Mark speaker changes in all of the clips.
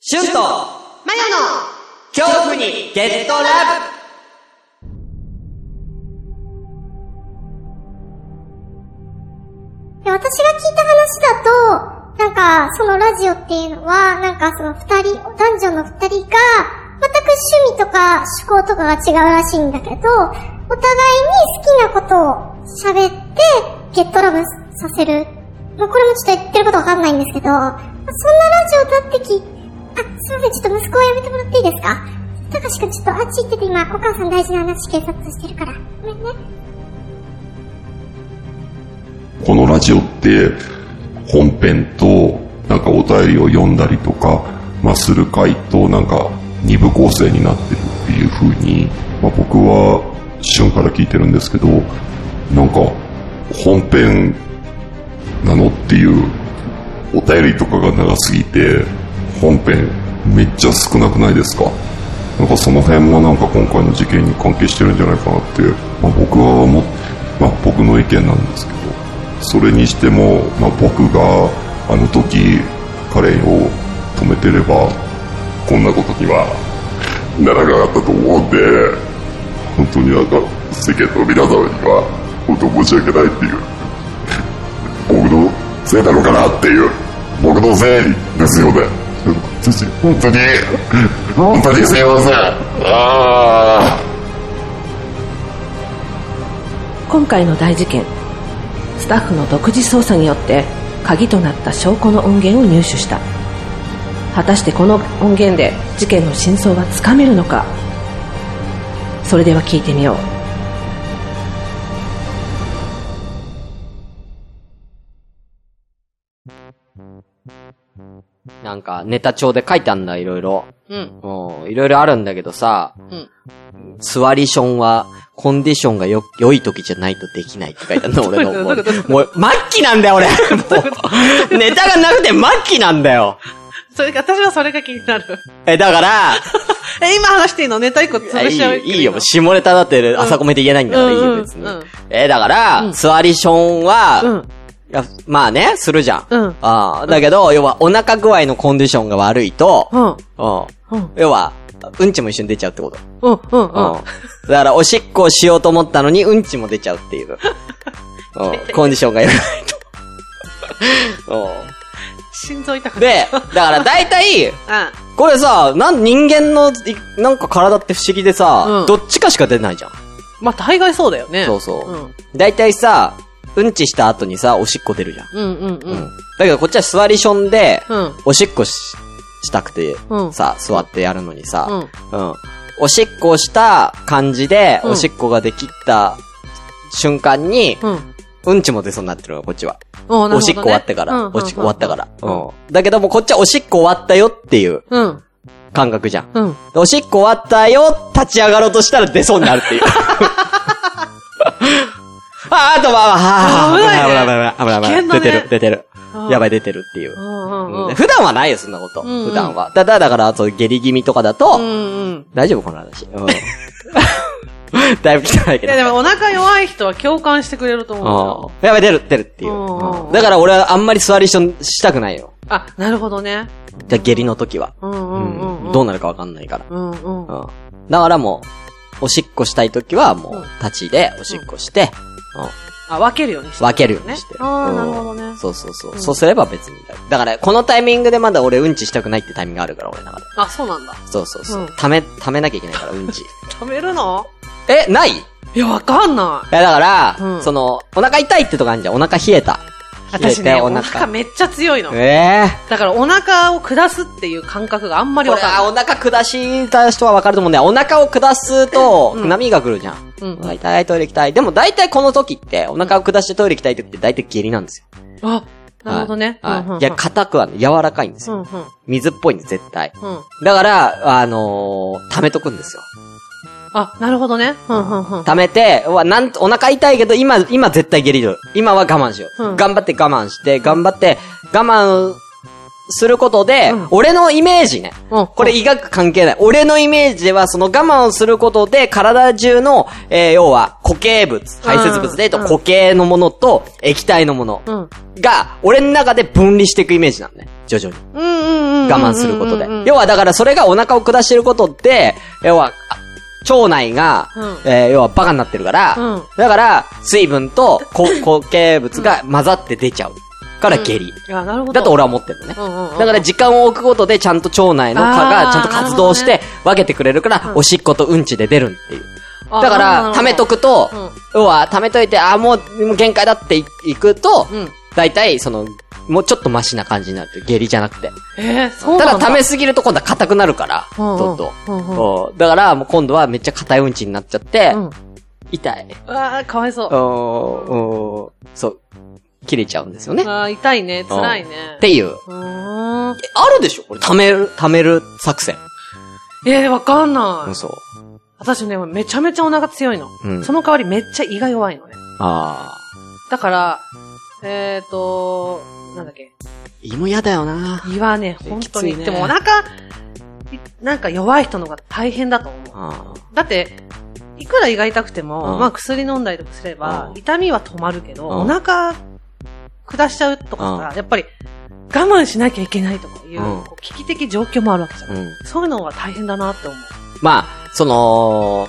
Speaker 1: シュンと
Speaker 2: マヨの
Speaker 1: 恐怖にゲットラブ
Speaker 3: で私が聞いた話だと、なんか、そのラジオっていうのは、なんかその二人、男女の二人が、全く趣味とか趣向とかが違うらしいんだけど、お互いに好きなことを喋って、ゲットラブさせる。もうこれもちょっと言ってることわかんないんですけど、そんなラジオだってき、あ、すいません、ちょっと息子をやめてもらっていいですかたかしくんちょっとあっち行ってて今、お母さん大事な話警察してるから。ごめんね。
Speaker 4: このラジオって本編となんかお便りを読んだりとか、まあ、する回となんか二部構成になってるっていう風に、まあ、僕は旬から聞いてるんですけど、なんか本編なのっていうお便りとかが長すぎて本編めっちゃ少なくないですかなんかその辺もなんか今回の事件に関係してるんじゃないかなって、まあ、僕は思っまあ、僕の意見なんですけどそれにしても、まあ、僕があの時彼を止めてればこんなことにはならなかったと思うんで本当になんか世間の皆様には本当申し訳ないっていう僕のせいなのかなっていう僕のせいですよね 本当に本当にすいませんああ
Speaker 5: 今回の大事件スタッフの独自捜査によって鍵となった証拠の音源を入手した果たしてこの音源で事件の真相はつかめるのかそれでは聞いてみよう
Speaker 1: なんか、ネタ帳で書いてあんだ、いろいろ。
Speaker 2: うん。
Speaker 1: うん、いろいろあるんだけどさ、
Speaker 2: ん
Speaker 1: 座りションは、コンディションがよ、良い時じゃないとできないって書いてある の、俺の。もう、もう末期なんだよ、俺。もう、ネタがなくて末期なんだよ。
Speaker 2: それか、私はそれが気になる。
Speaker 1: え、だから、
Speaker 2: え、今話していいのネタ一個
Speaker 1: いや
Speaker 2: 潰
Speaker 1: い
Speaker 2: し
Speaker 1: い
Speaker 2: ちゃ
Speaker 1: よ、
Speaker 2: う
Speaker 1: いいよ。下ネタだって、朝コメで言えないんだからいいよ、別に
Speaker 2: うんうんうん。
Speaker 1: え、だから、
Speaker 2: ん
Speaker 1: スワリションは、
Speaker 2: うん。
Speaker 1: いや、まあね、するじゃん。
Speaker 2: うん
Speaker 1: ああ、だけど、要は、お腹具合のコンディションが悪いと、
Speaker 2: うん。
Speaker 1: う
Speaker 2: うんん。
Speaker 1: 要は、うんちも一緒に出ちゃうってこと。
Speaker 2: うん。うん。
Speaker 1: うん。
Speaker 2: うん。
Speaker 1: だから、おしっこをしようと思ったのに、うんちも出ちゃうって いう。うん。コンディションが良くないと。
Speaker 2: 心臓痛
Speaker 1: うん。
Speaker 2: くな
Speaker 1: で
Speaker 2: る、
Speaker 1: だから大体、
Speaker 2: あ、
Speaker 1: これさ、なん、人間のい、なんか体って不思議でさ、
Speaker 2: うん
Speaker 1: どっちかしか出ないじゃん。
Speaker 2: まあ、大概そうだよね。
Speaker 1: そうそう
Speaker 2: うん。
Speaker 1: 大体さ、うんちした後にさ、おしっこ出るじゃん。
Speaker 2: うんうんう。。
Speaker 1: うんだけど、こっちは座りションで、
Speaker 2: うん。
Speaker 1: おしっこし、したくて、
Speaker 2: うん
Speaker 1: さ、座ってやるのにさ、
Speaker 2: うん。
Speaker 1: うん。おしっこをした感じで、
Speaker 2: うん
Speaker 1: おしっこができた瞬間に、
Speaker 2: うん。
Speaker 1: うんちも出そうになってるの、こっちは。
Speaker 2: お
Speaker 1: おしっこ終わってから、おしっこ終わったから。うん。だけども、こっちはおしっこ終わったよっていう
Speaker 2: うん。
Speaker 1: 感覚じゃん。
Speaker 2: うん。
Speaker 1: おしっこ終わったよ、立ち上がろうとしたら出そうになるって いう。あ、あとは、あ、危ない、危ない、危ない、危ない、出てる、出てる。やばい、出てるっていう
Speaker 2: う。んうんうん。
Speaker 1: 普段はないよ、そんなこと。
Speaker 2: うんうん
Speaker 1: 普段は。ただ、だから、そう、下痢気味とかだ
Speaker 2: う
Speaker 1: と、
Speaker 2: んうん。
Speaker 1: 大丈夫この話。うん。 だいぶ汚い
Speaker 2: い
Speaker 1: けど
Speaker 2: や。でもお腹弱い人は共感してくれると思う
Speaker 1: うんやばい、出る、出るっていう。
Speaker 2: うん
Speaker 1: うんだから俺はあんまり座りションしたくないよ。
Speaker 2: んだよ。あ、なるほどね。
Speaker 1: じゃあ下痢の時は。
Speaker 2: うんうんうんうん。
Speaker 1: どうなるかわかんないから。
Speaker 2: うんうん。
Speaker 1: うん。だからもう、おしっこしたい時はも
Speaker 2: う、
Speaker 1: うん立ちでおしっこして、
Speaker 2: あ、分けるようにして
Speaker 1: 分けるようにして。
Speaker 2: ああ、
Speaker 1: うん
Speaker 2: なるほどね。
Speaker 1: そうそうそう。そうすれば別にだ。だから、このタイミングでまだ俺うんちしたくないってタイミングがあるから、俺だから。
Speaker 2: あ、そうなんだ。
Speaker 1: そうそうそうう。
Speaker 2: ん
Speaker 1: ため、ためなきゃいけないから、うんち。
Speaker 2: 止めるの
Speaker 1: え、ないい
Speaker 2: いや、わかんない。
Speaker 1: や、だから、
Speaker 2: うん
Speaker 1: その、お腹痛いってとかあるじゃん。お腹冷えた。冷え
Speaker 2: 私
Speaker 1: て
Speaker 2: ね、
Speaker 1: お
Speaker 2: お
Speaker 1: 腹
Speaker 2: 腹めっちゃ強いの。
Speaker 1: ええ
Speaker 2: だからお腹を下すっていう感覚があんまり
Speaker 1: こ
Speaker 2: わ
Speaker 1: れ
Speaker 2: かん
Speaker 1: は
Speaker 2: ない。
Speaker 1: お腹下した人はわかると思うんだよ。お腹を下すと、
Speaker 2: うん
Speaker 1: 波が来るじゃん。
Speaker 2: うん
Speaker 1: お腹痛い、トイレ行きたい。でも大体この時って、お腹を下してトイレ行きたい時って大体下痢なんですよ。
Speaker 2: あ、なるほどね。
Speaker 1: はい
Speaker 2: うんうんう
Speaker 1: は
Speaker 2: ん
Speaker 1: い。いや、硬くはない柔らかいんです
Speaker 2: うん
Speaker 1: よ。
Speaker 2: うん。
Speaker 1: 水っぽいんです、絶対。
Speaker 2: うん。
Speaker 1: だから、あのー、溜めとくんですよ。
Speaker 2: あ、なるほどね。うんうんうん。
Speaker 1: 溜めて、うわ、なんと、お腹痛いけど、今、今絶対下痢だ。今は我慢しよう。
Speaker 2: うん
Speaker 1: 頑張って我慢して、頑張って、我慢することで、
Speaker 2: うん
Speaker 1: 俺のイメージね。
Speaker 2: うん
Speaker 1: これ医学関係ない。俺のイメージでは、その我慢をすることで、体中の、えー要は、固形物、排泄物で言うと、
Speaker 2: うん
Speaker 1: 固形のものと、液体のもの
Speaker 2: うん。
Speaker 1: が、俺の中で分離していくイメージなんだね。徐々に。
Speaker 2: うんうんうん。
Speaker 1: 我慢することで
Speaker 2: うんうんうん。
Speaker 1: 要はだからそれがお腹を下してることって、要は、あ腸内が、
Speaker 2: うん
Speaker 1: えー要はバカになってるから、
Speaker 2: うん
Speaker 1: だから、水分とこ固形物が混ざって出ちゃう。から下痢。
Speaker 2: あ、なるほど。
Speaker 1: だと俺は思ってるのね。
Speaker 2: うんうんうん
Speaker 1: だから時間を置くことでちゃんと腸内の蚊
Speaker 2: あ
Speaker 1: が
Speaker 2: ー
Speaker 1: ちゃんと活動して分けてくれるから、おしっことうんちで出るっていう。
Speaker 2: あ
Speaker 1: だから、溜めと。くと
Speaker 2: うん、
Speaker 1: 要は溜めといて、あー、もう、もう限界だっていいくと
Speaker 2: うん、
Speaker 1: 大体、その、もうちょっとマシな感じになるっていう。下痢じゃなくて。
Speaker 2: えー、そう
Speaker 1: た
Speaker 2: なん
Speaker 1: だ
Speaker 2: だ。
Speaker 1: 溜めすぎると今度は硬くなるから、
Speaker 2: うんうん
Speaker 1: どんどん
Speaker 2: うんうん
Speaker 1: そう。だから、もう今度はめっちゃ硬いうんちになっちゃって、
Speaker 2: うん。
Speaker 1: 痛い。
Speaker 2: うわー、かわいそう
Speaker 1: う。んうんそう。切れちゃうんですよね。っ
Speaker 2: あー痛いね、辛いね。
Speaker 1: ていう。
Speaker 2: うーん。
Speaker 1: えあるでしょこれ、溜める、溜める作戦。
Speaker 2: えー、わかんな
Speaker 1: うん、
Speaker 2: い。
Speaker 1: そう。
Speaker 2: 私ね、めちゃめちゃお腹強いの。
Speaker 1: うん
Speaker 2: その代わりめっちゃ胃が弱いのね。
Speaker 1: ああ。
Speaker 2: だから、えーと、なんだっけ。
Speaker 1: 胃も嫌だよな
Speaker 2: 胃はね、本当に。
Speaker 1: きついね
Speaker 2: でもお腹、いなんか弱い人の方が大変だと思う。
Speaker 1: あ
Speaker 2: だって、いくら胃が痛くても、
Speaker 1: うん
Speaker 2: まあ薬飲んだりとかすれば
Speaker 1: う、ん
Speaker 2: 痛みは止まるけど、
Speaker 1: うん
Speaker 2: お腹下しちゃうとかさ、
Speaker 1: う
Speaker 2: やっぱり我慢しなきゃいけないとかいう、
Speaker 1: うん
Speaker 2: こう危機的状況もあるわけじゃ
Speaker 1: あ。
Speaker 2: ん。
Speaker 1: うん。
Speaker 2: そういうのは大変だなって思う。
Speaker 1: まあ、その、我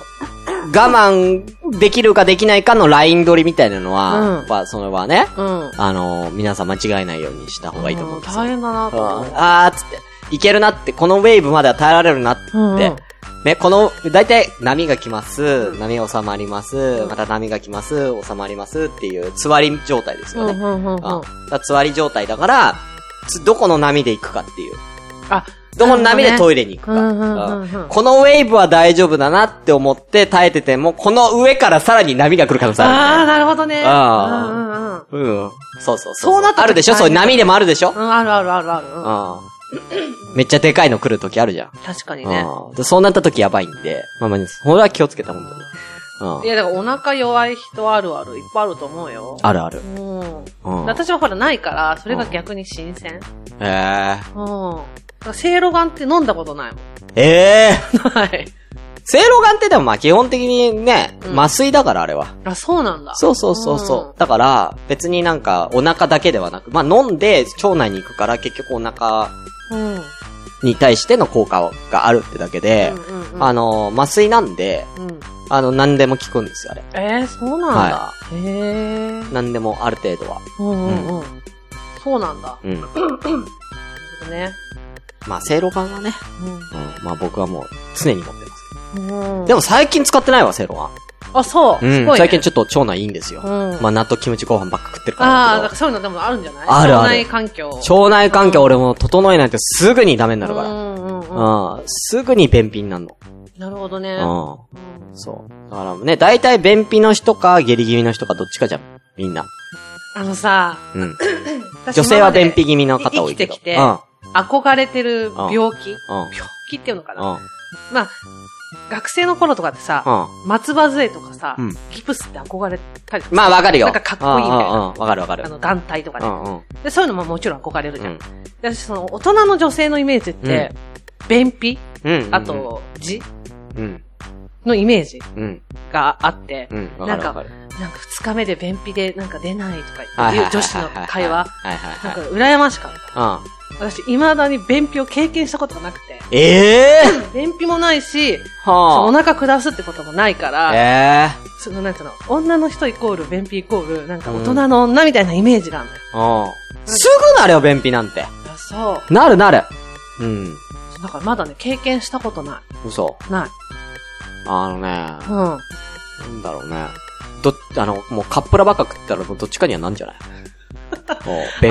Speaker 1: 慢できるかできないかのライン取りみたいなのは、
Speaker 2: うん
Speaker 1: やっぱそれはね、
Speaker 2: うん。
Speaker 1: あのー皆さん間違えないようにした方がいいと思うんですよ。
Speaker 2: 大変だなって思う。
Speaker 1: あーっつって、いけるなって、このウェーブまでは耐えられるなって、
Speaker 2: うんうん
Speaker 1: ね、この、だいたい波が来ます、波が収まります、また波が来ます、収まりますっていう、つわり状態です
Speaker 2: う
Speaker 1: よ
Speaker 2: ん
Speaker 1: ね。
Speaker 2: うんうんうん。
Speaker 1: あだつわり状態だから、つどこの波で行くかっていう。
Speaker 2: あ、
Speaker 1: どこの波でトイレに行くか。
Speaker 2: うんうんうんうん
Speaker 1: うんこのウェーブは大丈夫だなって思って耐えてても、この上からさらに波が来る可能性あ
Speaker 2: あー、なるほどね。
Speaker 1: あー
Speaker 2: うんうんうん。
Speaker 1: る。うん。そうそうそう。
Speaker 2: そうなった時
Speaker 1: あるでしょ
Speaker 2: 大
Speaker 1: そう
Speaker 2: 変
Speaker 1: いう波でもあるでしょ
Speaker 2: うん、あるあるあるある。うん
Speaker 1: うん。めっちゃでかいの来る時あるじゃん。
Speaker 2: 確かに ね。
Speaker 1: うんでそうなった時やばいんで、まあまあ、それは気をつけた、本当
Speaker 2: い
Speaker 1: に。うん。
Speaker 2: や、だからお腹弱い人あるある、いっぱいあると思うよ。
Speaker 1: あるある。
Speaker 2: うん。
Speaker 1: うん。
Speaker 2: 私はほらないから、それが逆に新鮮。
Speaker 1: え
Speaker 2: うん。だからせいろがんって飲んだことないもん。
Speaker 1: え。ええ。
Speaker 2: はい。
Speaker 1: せいろがんってでもまあ基本的にね、
Speaker 2: うん
Speaker 1: 麻酔だからあれは。
Speaker 2: あ、そうなんだ。
Speaker 1: そうそうそうそう。だから、別になんかお腹だけではなく、まあ飲んで腸内に行くから結局お腹
Speaker 2: う。うん。うん
Speaker 1: に対しての効果があるってだけで、
Speaker 2: うんうん。
Speaker 1: あの、麻酔なんで、
Speaker 2: うん。
Speaker 1: あの、何でも効くんですよ、あれ。
Speaker 2: えー、そうなんだ。へえ。
Speaker 1: 何でもある程度は。
Speaker 2: うんうんうん。そうなんだ。
Speaker 1: うん。
Speaker 2: ね。
Speaker 1: まあ、せいろがんはね、うん、まあ僕はもう常に持ってます。
Speaker 2: うん。うん
Speaker 1: でも最近使ってないわ、せいろ
Speaker 2: あ、
Speaker 1: が
Speaker 2: そう。
Speaker 1: ん。
Speaker 2: す
Speaker 1: うん、
Speaker 2: ごいね。
Speaker 1: 最近ちょっと腸内いいんですよ。
Speaker 2: うん
Speaker 1: まあ納豆キムチご飯ばっか食ってるから
Speaker 2: ああ、
Speaker 1: だけ
Speaker 2: だか
Speaker 1: ど
Speaker 2: らそういうのでもあるんじゃない
Speaker 1: あるある
Speaker 2: 腸内環境。
Speaker 1: 腸内環境俺も整えないとすぐにダメになるか
Speaker 2: う
Speaker 1: ら。
Speaker 2: んうんうん。
Speaker 1: うん。すぐに便秘になるの。
Speaker 2: なるほどね。
Speaker 1: う
Speaker 2: うん
Speaker 1: ん。そう。だからね、大体便秘の人か下痢気味の人かどっちかじゃん。みんな。
Speaker 2: あのさ、
Speaker 1: うん。
Speaker 2: 私
Speaker 1: 女性は便秘
Speaker 2: 今
Speaker 1: 気味の方多いけど。
Speaker 2: 生きてきて
Speaker 1: うん。うん。
Speaker 2: まで憧れてる
Speaker 1: う
Speaker 2: 病気
Speaker 1: ん
Speaker 2: 病気っていうのか
Speaker 1: う。
Speaker 2: なんまあ、学生の頃とかってさ、
Speaker 1: うん。
Speaker 2: 松葉杖とかさ
Speaker 1: うん、
Speaker 2: ギプスって憧れたりとか
Speaker 1: まあわかるよ。
Speaker 2: なんかかっこいいみたいな
Speaker 1: うんうんうんわかるわかる
Speaker 2: あ。の、団体とか
Speaker 1: う
Speaker 2: ね。
Speaker 1: んうん。
Speaker 2: で、そういうのももちろん憧れるじ
Speaker 1: う
Speaker 2: ゃん
Speaker 1: ん。。
Speaker 2: で私、その、大人の女性のイメージって、便秘
Speaker 1: うん。
Speaker 2: あ、と、痔
Speaker 1: うん。
Speaker 2: のイメージ
Speaker 1: うん。
Speaker 2: があって
Speaker 1: う、ん。わかるわかる。
Speaker 2: なんか二日目で便秘でなんか出ないとか
Speaker 1: はい
Speaker 2: 言
Speaker 1: は
Speaker 2: う
Speaker 1: い
Speaker 2: 女子の会話、
Speaker 1: はいはい
Speaker 2: なん
Speaker 1: は
Speaker 2: か
Speaker 1: い。
Speaker 2: 羨ましかった。
Speaker 1: うん。
Speaker 2: 私、未だに便秘を経験したことがなくて、
Speaker 1: ええー
Speaker 2: 便秘もないし、そ
Speaker 1: は
Speaker 2: のお腹下すってこともないから、
Speaker 1: ええ
Speaker 2: そのなんていうの、女の人イコール便秘イコール、なんか大人の女みたいなイメージがあるのよ。
Speaker 1: ー。うん。すぐなるよ、便秘なんて。
Speaker 2: あそ
Speaker 1: なるなる。うん。
Speaker 2: う。だからまだね、経験したことな
Speaker 1: 嘘。
Speaker 2: い。ない。
Speaker 1: あのね、
Speaker 2: うん。あ
Speaker 1: なんだろうね。ど、あの、もうカップラばっか食ったらもうどっちかにはなんじゃ ないもう便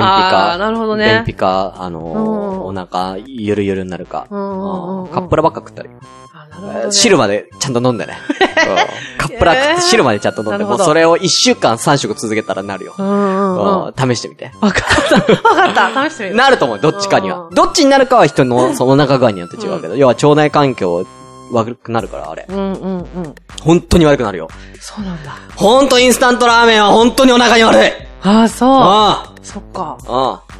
Speaker 1: 秘
Speaker 2: あー、
Speaker 1: か、
Speaker 2: なるほど
Speaker 1: 便
Speaker 2: ね。
Speaker 1: 秘か、あのー
Speaker 2: う
Speaker 1: お腹、ゆるゆるになるか。
Speaker 2: うんうんうんうん
Speaker 1: カップラばっか食ったり。
Speaker 2: あ、なるほど、ね。
Speaker 1: 汁までちゃんと飲ん でね。うんカップラ食って汁までちゃんと飲
Speaker 2: なん
Speaker 1: で、
Speaker 2: るほ
Speaker 1: もう
Speaker 2: ど
Speaker 1: それを一週間三食続けたらなるよ
Speaker 2: う。んうんうん。
Speaker 1: う
Speaker 2: わ
Speaker 1: ん試してみて。
Speaker 2: かった。わかった。試してみる。
Speaker 1: なると思う、どっちかには
Speaker 2: う。ん
Speaker 1: どっちになるかは人の、その中具合によって違うけど、要は腸内環境悪くなるから、あれ。
Speaker 2: うんうんうん。
Speaker 1: 本当に悪くなるよ。
Speaker 2: そうなんだ。
Speaker 1: 本当インスタントラーメンは本当にお腹に悪い。
Speaker 2: あー、そう。
Speaker 1: あ
Speaker 2: そっか。
Speaker 1: あ、ああ。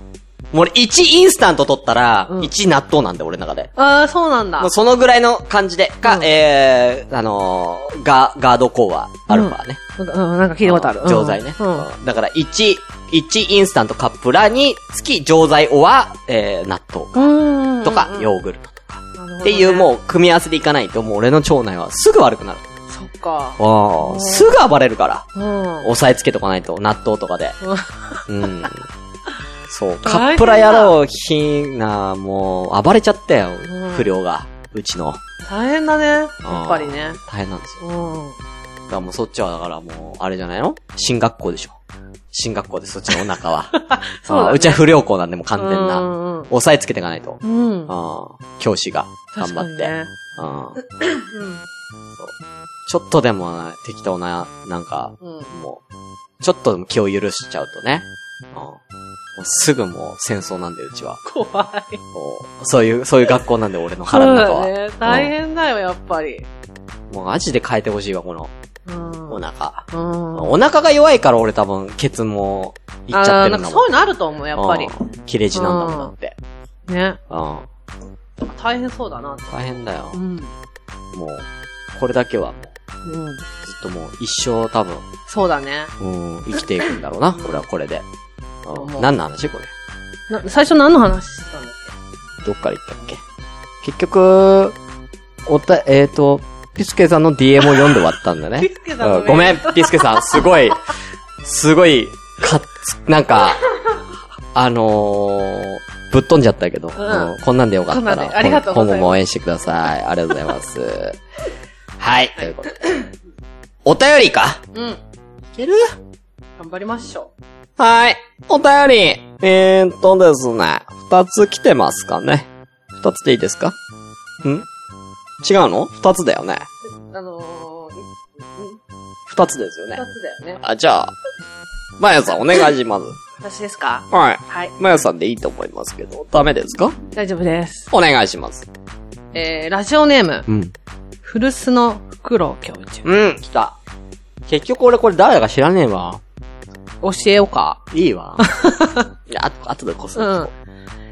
Speaker 1: もう俺1インスタント取ったら、
Speaker 2: うん
Speaker 1: 1納豆なんで、俺の中で。
Speaker 2: あー、そうなんだ
Speaker 1: もう。そのぐらいの感じで、か、
Speaker 2: うん
Speaker 1: えー、あのーガ、ガードコア、アルファね。
Speaker 2: うん、なんか聞いたことある。
Speaker 1: 錠剤ね。
Speaker 2: うん。
Speaker 1: だから1、 1インスタントカップラにつき錠剤おは、えー、納豆
Speaker 2: うん。
Speaker 1: とか、ヨーグルトとか。っていうもう組み合わせでいかないと、もう俺の腸内はすぐ悪くなる。
Speaker 2: う。そっか。
Speaker 1: ああ、すぐ暴れるから。
Speaker 2: うん。
Speaker 1: 押さえつけとかないと、納豆とかで。
Speaker 2: うん
Speaker 1: うん。そう、
Speaker 2: 大変だ
Speaker 1: カップラ野郎、ひな、もう、暴れちゃったよ
Speaker 2: うん、
Speaker 1: 不良が。うちの。
Speaker 2: 大変だね。やっぱりね。
Speaker 1: 大変なんですよ。
Speaker 2: うん。
Speaker 1: だからもうそっちは、だからもう、あれじゃないの進学校でしょ。進学校でそっちのお腹 は。
Speaker 2: そうだね
Speaker 1: ああうちは不良校なんで、もう完全
Speaker 2: う
Speaker 1: な。
Speaker 2: んうん
Speaker 1: 押さえつけていかないと。
Speaker 2: うん。うん。
Speaker 1: ああ教師が、頑
Speaker 2: 確か
Speaker 1: 張っ
Speaker 2: に
Speaker 1: て。
Speaker 2: ね。
Speaker 1: うん
Speaker 2: うん。
Speaker 1: ちょっとでも、適当な、なんか、
Speaker 2: うん。
Speaker 1: もう、ちょっとでも気を許しちゃうとね。うん。もうすぐもう戦争なんで、うちは。
Speaker 2: 怖い。
Speaker 1: もうそういう、そういう学校なんで、俺の腹の中
Speaker 2: そ
Speaker 1: は。
Speaker 2: うだね。大変だよ、やっぱり。
Speaker 1: もうマジで変えてほしいわ、この、
Speaker 2: うん。
Speaker 1: お腹。
Speaker 2: うん。
Speaker 1: お腹が弱いから俺多分、ケツも、いっちゃってる
Speaker 2: あーなん
Speaker 1: んだ
Speaker 2: かそう
Speaker 1: も
Speaker 2: い
Speaker 1: ん。
Speaker 2: うのあると思う、やっぱり。
Speaker 1: うん。切れ字なんだもんだって。
Speaker 2: ね。
Speaker 1: うん。
Speaker 2: 大変そうだな。
Speaker 1: 大変だよ
Speaker 2: う。ん。うん。
Speaker 1: もう、これだけはもう、ずっともう、一生多分、
Speaker 2: そうだね。
Speaker 1: うん、生きていくんだろうな、俺はこれで。う
Speaker 2: 思
Speaker 1: ん。
Speaker 2: う
Speaker 1: 何の話これ。
Speaker 2: な、最初何の話してたんだっ
Speaker 1: どっから行ったっけ結局、おた、えっ、ー、と、ピスケさんの DM を読んで終わったんだね。
Speaker 2: ピスケさんの
Speaker 1: うごめん、ピスケさん、すごい、すごい、かっつ、なんか、あのー、ぶっ飛んじゃったけど、
Speaker 2: ん
Speaker 1: うんこんなんでよかった
Speaker 2: こんなん
Speaker 1: ら、
Speaker 2: でありがとうございま
Speaker 1: 今後
Speaker 2: す
Speaker 1: も応援してください。ありがとうございます。はい、ということ で。お便りか
Speaker 2: けうん。
Speaker 1: いける
Speaker 2: 頑張りましょ
Speaker 1: はい。お便り。えーっとですね。二つ来てますかね。二つでいいですかん違うの二つだよね。
Speaker 2: う。あのー、
Speaker 1: 二つですよ
Speaker 2: 二
Speaker 1: ね。
Speaker 2: つだよね。
Speaker 1: あ、じゃあ、まやさんお願いします。
Speaker 2: 私ですか
Speaker 1: はい。
Speaker 2: はい。
Speaker 1: まやさんでいいと思いますけど、ダメですか
Speaker 2: 大丈夫です。
Speaker 1: お願いします。
Speaker 2: えー、ラジオネーム、
Speaker 1: うん。
Speaker 2: 古巣の袋教授。
Speaker 1: うん、来た。結局俺これ誰だか知らねえわ。
Speaker 2: 教えようか。
Speaker 1: いいわ。いやあと、あとでこっそり聞
Speaker 2: うん
Speaker 1: こ。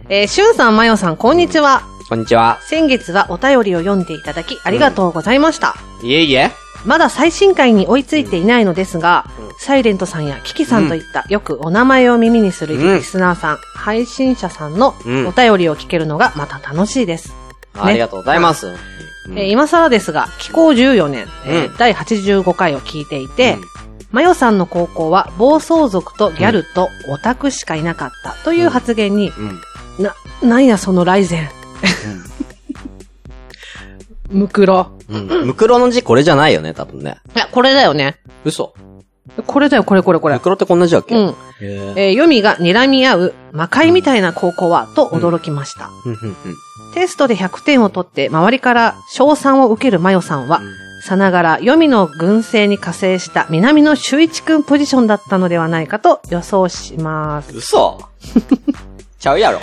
Speaker 2: えー、しゅんさん、まよさん、こんにちは。
Speaker 1: う。こんにちは。
Speaker 2: 先月はお便りを読んでいただき、ありがとうございました。
Speaker 1: いえいえ。
Speaker 2: まだ最新回に追いついていないのですが、
Speaker 1: うん
Speaker 2: サイレントさんやキキさんといった、よくお名前を耳にするリスナーさん、配信者さんの
Speaker 1: うん
Speaker 2: お便りを聞けるのがまた楽しいです。
Speaker 1: ありがとうございます。うん
Speaker 2: えー今更ですが、気候14年、えー
Speaker 1: うん
Speaker 2: 第85回を聞いていて、
Speaker 1: うん
Speaker 2: マヨさんの高校は暴走族とギャルとオタクしかいなかったという発言に、
Speaker 1: うん。
Speaker 2: な、なんやそのライゼン。 むくろ。
Speaker 1: うん。ムクロの字これじゃないよね、多分ね。
Speaker 2: いや、これだよね。
Speaker 1: 嘘。
Speaker 2: これだよ、これこれこれ
Speaker 1: ム。クロってこんな字だっけ
Speaker 2: うん。。
Speaker 1: へえ。
Speaker 2: えー、読みが睨み合う魔界みたいな高校は、と驚きました。
Speaker 1: うんうん
Speaker 2: テストで100点を取って、周りから賞賛を受けるマヨさんは、さながら読みの群生に加勢した南野修一くんポジションだったのではないかと予想します
Speaker 1: うん。。嘘ちゃうやろ。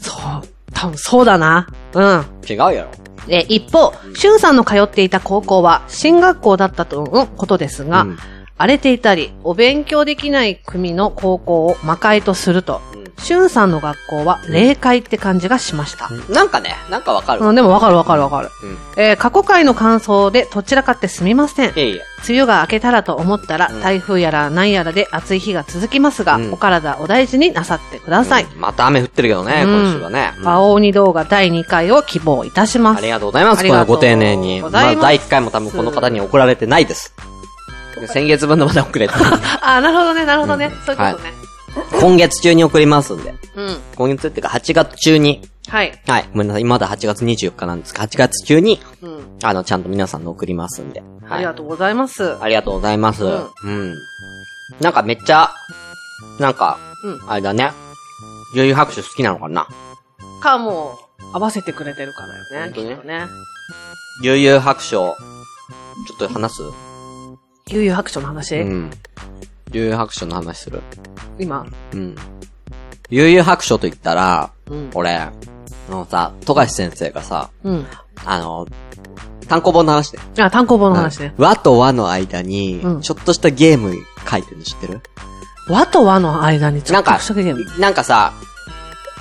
Speaker 2: そう。多分そうだな。うん。
Speaker 1: 違うやろ。
Speaker 2: えー、一方、シュンさんの通っていた高校は、進学校だったとのことですが、
Speaker 1: うん
Speaker 2: 荒れていたり、お勉強できない組の高校を魔界とすると、
Speaker 1: う
Speaker 2: シュンさんの学校は霊界って感じがしました。
Speaker 1: んなんかね、なんかわかる。
Speaker 2: うん、でもわかるわかるわかる。
Speaker 1: うん
Speaker 2: えー過去回の感想でどちらかってすみません。
Speaker 1: い
Speaker 2: 梅
Speaker 1: えいえ。
Speaker 2: 雨が明けたらと思ったら、
Speaker 1: うん
Speaker 2: 台風やら何やらで暑い日が続きますが、
Speaker 1: うん
Speaker 2: お体お大事になさってください。
Speaker 1: うんまた雨降ってるけどね、
Speaker 2: うん
Speaker 1: 今週はね。うん
Speaker 2: 馬王二動画第2回を希望いたしま
Speaker 1: あ
Speaker 2: す。
Speaker 1: りがとうございます、
Speaker 2: あ
Speaker 1: こ
Speaker 2: りが
Speaker 1: の
Speaker 2: とう
Speaker 1: ご丁寧に。
Speaker 2: ござ
Speaker 1: ま
Speaker 2: い
Speaker 1: あ、
Speaker 2: ます
Speaker 1: 第1回も多分この方に怒られてないです。先月分のまだ送れてない
Speaker 2: あ、なるほどね、なるほどね。そういうことね。
Speaker 1: 今月中に送りますんで。
Speaker 2: うん。
Speaker 1: 今月っていうか8月中に。
Speaker 2: はい。
Speaker 1: はい。ごめんなさい。今まだ8月24日なんですが、8月中に、
Speaker 2: うん。
Speaker 1: あの、ちゃんと皆さんの送りますんで。
Speaker 2: あ
Speaker 1: は
Speaker 2: り
Speaker 1: い
Speaker 2: が。とうございます。
Speaker 1: ありがとうございます。う
Speaker 2: うん
Speaker 1: ん。なんかめっちゃ、なんか、
Speaker 2: う
Speaker 1: あれだね。女優拍手好きなのかな
Speaker 2: か、もう、合わせてくれてるからよね、き
Speaker 1: 本当ね
Speaker 2: っとね。
Speaker 1: 女優拍手を、ちょっと話す
Speaker 2: 悠々白書の話、
Speaker 1: うん。悠々白書の話する。
Speaker 2: 今。
Speaker 1: うん。悠々白書と言ったら、
Speaker 2: うん。
Speaker 1: 俺、あのさ、富樫先生がさ、
Speaker 2: うん。
Speaker 1: あの、単行本の話ね。
Speaker 2: あ、単行本の話ね。
Speaker 1: うん和と和の間に
Speaker 2: う、ん
Speaker 1: ちょっとしたゲーム書いてるの知ってる、
Speaker 2: 和と和の間にちょ
Speaker 1: なん
Speaker 2: っと
Speaker 1: か
Speaker 2: したゲーム。
Speaker 1: なんかさ、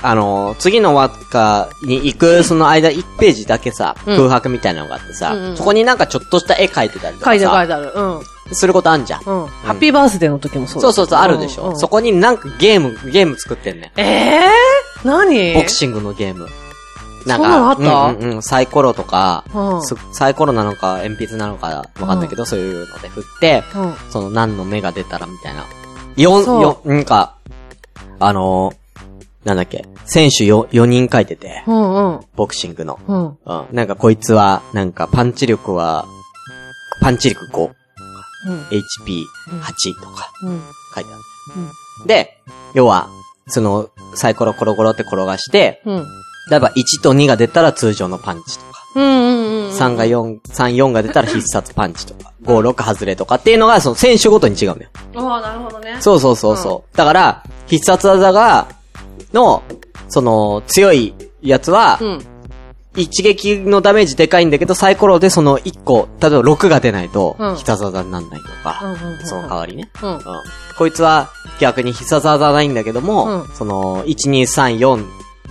Speaker 1: あのー、次の輪っかに行く、その間1ページだけさ、
Speaker 2: うん
Speaker 1: 空白みたいなのがあってさ、
Speaker 2: うんうん
Speaker 1: そこになんかちょっとした絵描いてたりとかさ、
Speaker 2: 書いてある書いてある。うん。
Speaker 1: することあんじゃん。
Speaker 2: うん。ハッピーバースデーの時もそうだ
Speaker 1: そうそうそう、あるでしょ。
Speaker 2: うんうん
Speaker 1: そこになんかゲーム、ゲーム作ってんね
Speaker 2: ええー、何
Speaker 1: ん。ボクシングのゲーム。なん
Speaker 2: そんなのあった
Speaker 1: うんうんうん、サイコロとか、
Speaker 2: うん
Speaker 1: すサイコロなのか、鉛筆なのか、わかんないけど、そういうので振って、
Speaker 2: うん。
Speaker 1: その何の目が出たらみたいな。四
Speaker 2: そう
Speaker 1: 四なんか、あのーなんだっけ、選手よ4人書いてて、
Speaker 2: うんうん。
Speaker 1: ボクシングの。
Speaker 2: うん。
Speaker 1: うん。なんかこいつは、なんかパンチ力は、パンチ力5、
Speaker 2: うん。
Speaker 1: HP8 とか
Speaker 2: うん。
Speaker 1: 書いてある。で、要は、その、サイコロコロコロって転がして、
Speaker 2: うん。
Speaker 1: 例えば1と2が出たら通常のパンチとか、
Speaker 2: うん。うん。
Speaker 1: 3が4、3、4が出たら必殺パンチとか、5、6外れとかっていうのが、その選手ごとに違うんだよ。
Speaker 2: ああ、なるほどね。
Speaker 1: そうそうそうそう。だから、必殺技が、の、その、強いやつは、
Speaker 2: うん。
Speaker 1: 一撃のダメージでかいんだけど、サイコロでその1個、例えば6が出ないと
Speaker 2: うん、
Speaker 1: 必殺技になんないと
Speaker 2: うん
Speaker 1: か、
Speaker 2: うんうん。
Speaker 1: その代わりね。
Speaker 2: うん
Speaker 1: うん。こいつは逆に必殺技ないんだけども、
Speaker 2: うん
Speaker 1: その、1、2、3、4、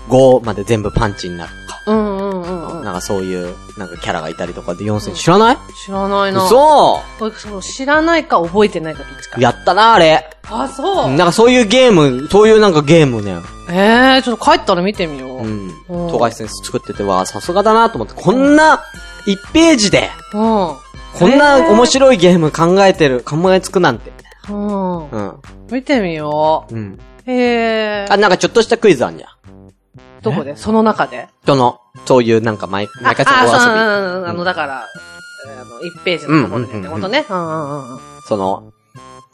Speaker 1: 5まで全部パンチになるとか、
Speaker 2: うんうんうんう。
Speaker 1: なんんかそういう、なんかキャラがいたりとかで4戦知らない
Speaker 2: 知らないな。
Speaker 1: 嘘
Speaker 2: うそう知らないか覚えてないかどっちか。
Speaker 1: やったな、あれ。
Speaker 2: あ、そう。
Speaker 1: なんかそういうゲーム、そういうなんかゲームね。
Speaker 2: ええー、ちょっと帰ったら見てみよう。
Speaker 1: う
Speaker 2: うん。
Speaker 1: ん。富樫先生作ってては、さすがだなと思って、こんな、1ページで、こんな面白いゲーム考えてる、考えつくなんて。
Speaker 2: うん。
Speaker 1: うん。
Speaker 2: 見てみよ
Speaker 1: うん。
Speaker 2: う。ええ
Speaker 1: あ、なんかちょっとしたクイズあんじゃん。
Speaker 2: どこでその中で。
Speaker 1: その、そういうなんか毎、毎回そ
Speaker 2: あ、あそう、
Speaker 1: のお遊
Speaker 2: う
Speaker 1: び。
Speaker 2: んうんうん。あの、だから、あの、1ページのところでってことね。うんうんうんうん。
Speaker 1: その、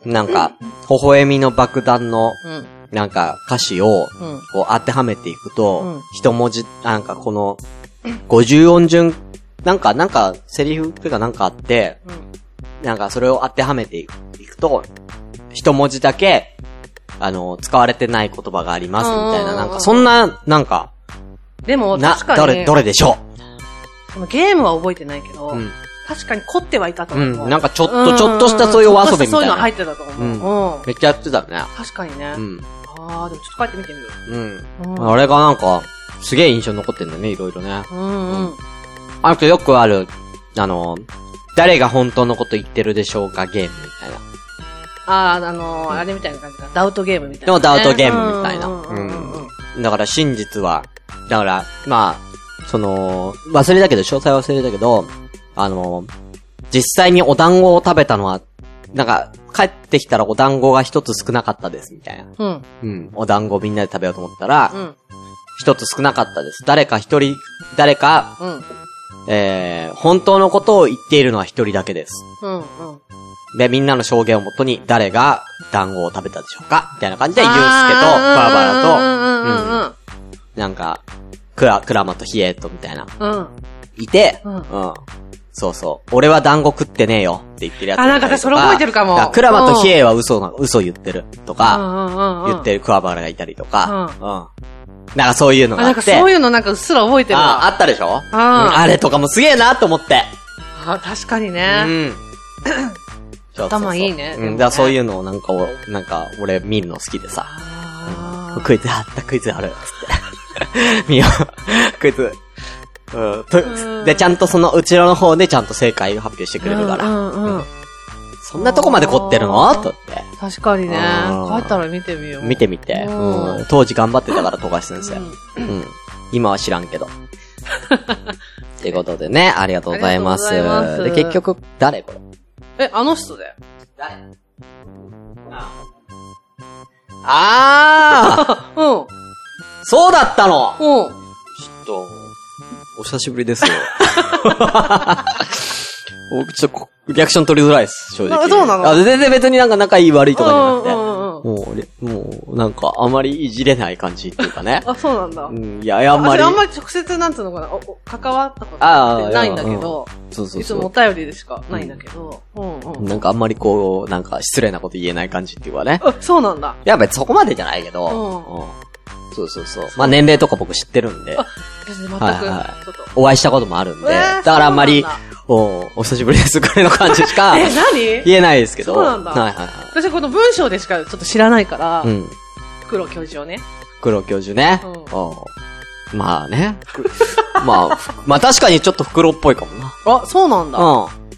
Speaker 1: なんか、微笑みの爆弾の、
Speaker 2: うん。
Speaker 1: なんか歌詞を、
Speaker 2: うん。
Speaker 1: こう当てはめていく
Speaker 2: うん
Speaker 1: と、一文字、なんかこの、50音順、なんか、なんか、セリフっていうかなんかあって、
Speaker 2: うん。
Speaker 1: なんかそれを当てはめていくと、一文字だけ、あの、使われてない言葉がありますみたい
Speaker 2: うん
Speaker 1: な、なんかそんな、なんか、
Speaker 2: でも、
Speaker 1: な
Speaker 2: 確、か
Speaker 1: ど
Speaker 2: に、
Speaker 1: れ、どれでしょ
Speaker 2: そのゲームは覚えてないけど、
Speaker 1: ううん。
Speaker 2: 確かに凝ってはいたと
Speaker 1: う
Speaker 2: 思う。
Speaker 1: ん。なんかちょっ
Speaker 2: う
Speaker 1: と、
Speaker 2: ん
Speaker 1: ちょっとしたそういうお遊びみ
Speaker 2: ちょっと
Speaker 1: た
Speaker 2: したそうい
Speaker 1: いう
Speaker 2: の入
Speaker 1: な
Speaker 2: っ。てたと思う。うん。
Speaker 1: めっちゃやってたね。
Speaker 2: 確かにね。
Speaker 1: うん。
Speaker 2: ああ、でもちょっと帰って見てみよ
Speaker 1: うん。
Speaker 2: う。
Speaker 1: あれがなんか、すげえ印象に残ってんだよね、いろいろね。
Speaker 2: うん。うんうん。
Speaker 1: あとよくある、あの、誰が本当のこと言ってるでしょうかゲームみたいな。
Speaker 2: ああ、あのー、あれみたいな感じか。ダウトゲームみたいな、
Speaker 1: のダウトゲームみたいな。
Speaker 2: うんうんうんうん
Speaker 1: うん。だから真実は、だから、まあ、その、忘れたけど、詳細は忘れたけど、あの、実際にお団子を食べたのは、なんか、帰ってきたらお団子が一つ少なかったです、みたいな。
Speaker 2: うん。
Speaker 1: うん。お団子みんなで食べようと思ったら
Speaker 2: う、ん。
Speaker 1: 一、つ少なかったです。誰か一人、誰か、
Speaker 2: うん。
Speaker 1: えー、本当のことを言っているのは一人だけです。
Speaker 2: うん。うん。
Speaker 1: で、みんなの証言をもとに、誰が団子を食べたでしょうかみたいな感じで、ゆうすけと、バー
Speaker 2: うんう
Speaker 1: バラと、うん
Speaker 2: ん
Speaker 1: なんか、クラ、クラマとヒエとみたいな、
Speaker 2: うんうん。うん。
Speaker 1: いて、
Speaker 2: う
Speaker 1: うんん。そうそう。俺は団子食ってねえよって言ってるやつ。
Speaker 2: あなんか私それ覚えてるかも
Speaker 1: だらクラマとヒエは嘘な、嘘言ってるとか、
Speaker 2: あ
Speaker 1: 言って
Speaker 2: る。
Speaker 1: るクワバラがいたりとか、うん。なんかそういうの
Speaker 2: あ、
Speaker 1: があ
Speaker 2: な
Speaker 1: っ
Speaker 2: んか
Speaker 1: て、
Speaker 2: そういうのなんかうっすら覚えてる
Speaker 1: あ、あ
Speaker 2: わ。あ
Speaker 1: ったでしょうんあれとかもすげえなと思って。
Speaker 2: あ、確かに
Speaker 1: う
Speaker 2: ね。
Speaker 1: ん。そうそうそう
Speaker 2: 頭いいね
Speaker 1: う
Speaker 2: でもね
Speaker 1: ん。だからそういうのをなんかお、なんか俺見るの好きでさ。
Speaker 2: あ
Speaker 1: クイズあった、クイズある。 つって。見よう。クイズ。うん。
Speaker 2: う
Speaker 1: と
Speaker 2: ん
Speaker 1: で、ちゃんとその、うちらの方でちゃんと正解を発表して
Speaker 2: ー
Speaker 1: くれるから。
Speaker 2: うんうんうん。
Speaker 1: そんなとこまで凝ってるの
Speaker 2: うん
Speaker 1: とって。
Speaker 2: 確かにね。
Speaker 1: うん
Speaker 2: 帰ったら見てみよう。
Speaker 1: 見てみて。
Speaker 2: うん
Speaker 1: うん。当時頑張ってたから、富樫先生。
Speaker 2: うん
Speaker 1: うん。今は知らんけど。っていうことでね、ありがとうございます。
Speaker 2: ありがとうございます
Speaker 1: で、結局、誰これ
Speaker 2: え、あの 人だよ。
Speaker 1: 誰あー
Speaker 2: うん。
Speaker 1: そうだったの
Speaker 2: う
Speaker 1: ち
Speaker 2: ん。
Speaker 1: ょっと、お久しぶりですよ。 僕、ちょっとこ、リアクション取りづらいです、正直。
Speaker 2: あそうなの
Speaker 1: あ全然別になんか仲いい悪いとかじ
Speaker 2: う
Speaker 1: ゃ
Speaker 2: ん
Speaker 1: な
Speaker 2: うんうん。
Speaker 1: くて。もう俺、もう、なんか、あまりいじれない感じっていうかね
Speaker 2: あ、そうなんだ
Speaker 1: う。ん、いや、あんまり。
Speaker 2: 私あんまり直接なんつうのかな、おお関わったこと
Speaker 1: あ
Speaker 2: って
Speaker 1: ー
Speaker 2: ないんだけど、
Speaker 1: そうそう
Speaker 2: いつ
Speaker 1: そ
Speaker 2: もお
Speaker 1: う。
Speaker 2: 便りでしかないんだけど、うんうん。
Speaker 1: なんかあんまりこう、なんか失礼なこと言えない感じっていうかね。
Speaker 2: あ、そうなんだ。
Speaker 1: やっぱりそこまでじゃないけど。
Speaker 2: うん
Speaker 1: うんそうそうそう。まあ年齢とか僕知ってるんで、
Speaker 2: 別に全く、
Speaker 1: はいはい
Speaker 2: ちょっと。
Speaker 1: お会いしたこともあるんで、
Speaker 2: えー
Speaker 1: だからあんまり
Speaker 2: そうなん、
Speaker 1: おお久しぶりですぐらいの感じしか。
Speaker 2: え、何
Speaker 1: 言えないですけど。
Speaker 2: そうなんだ
Speaker 1: はいはいは
Speaker 2: 私この文章でしかちょっと知らないから、
Speaker 1: い。うん。
Speaker 2: 黒教授をね。
Speaker 1: 黒教授ね。
Speaker 2: うん
Speaker 1: おうまあね。まあ、まあ確かにちょっと袋っぽいかもな。
Speaker 2: あ、そうなんだ。
Speaker 1: うん。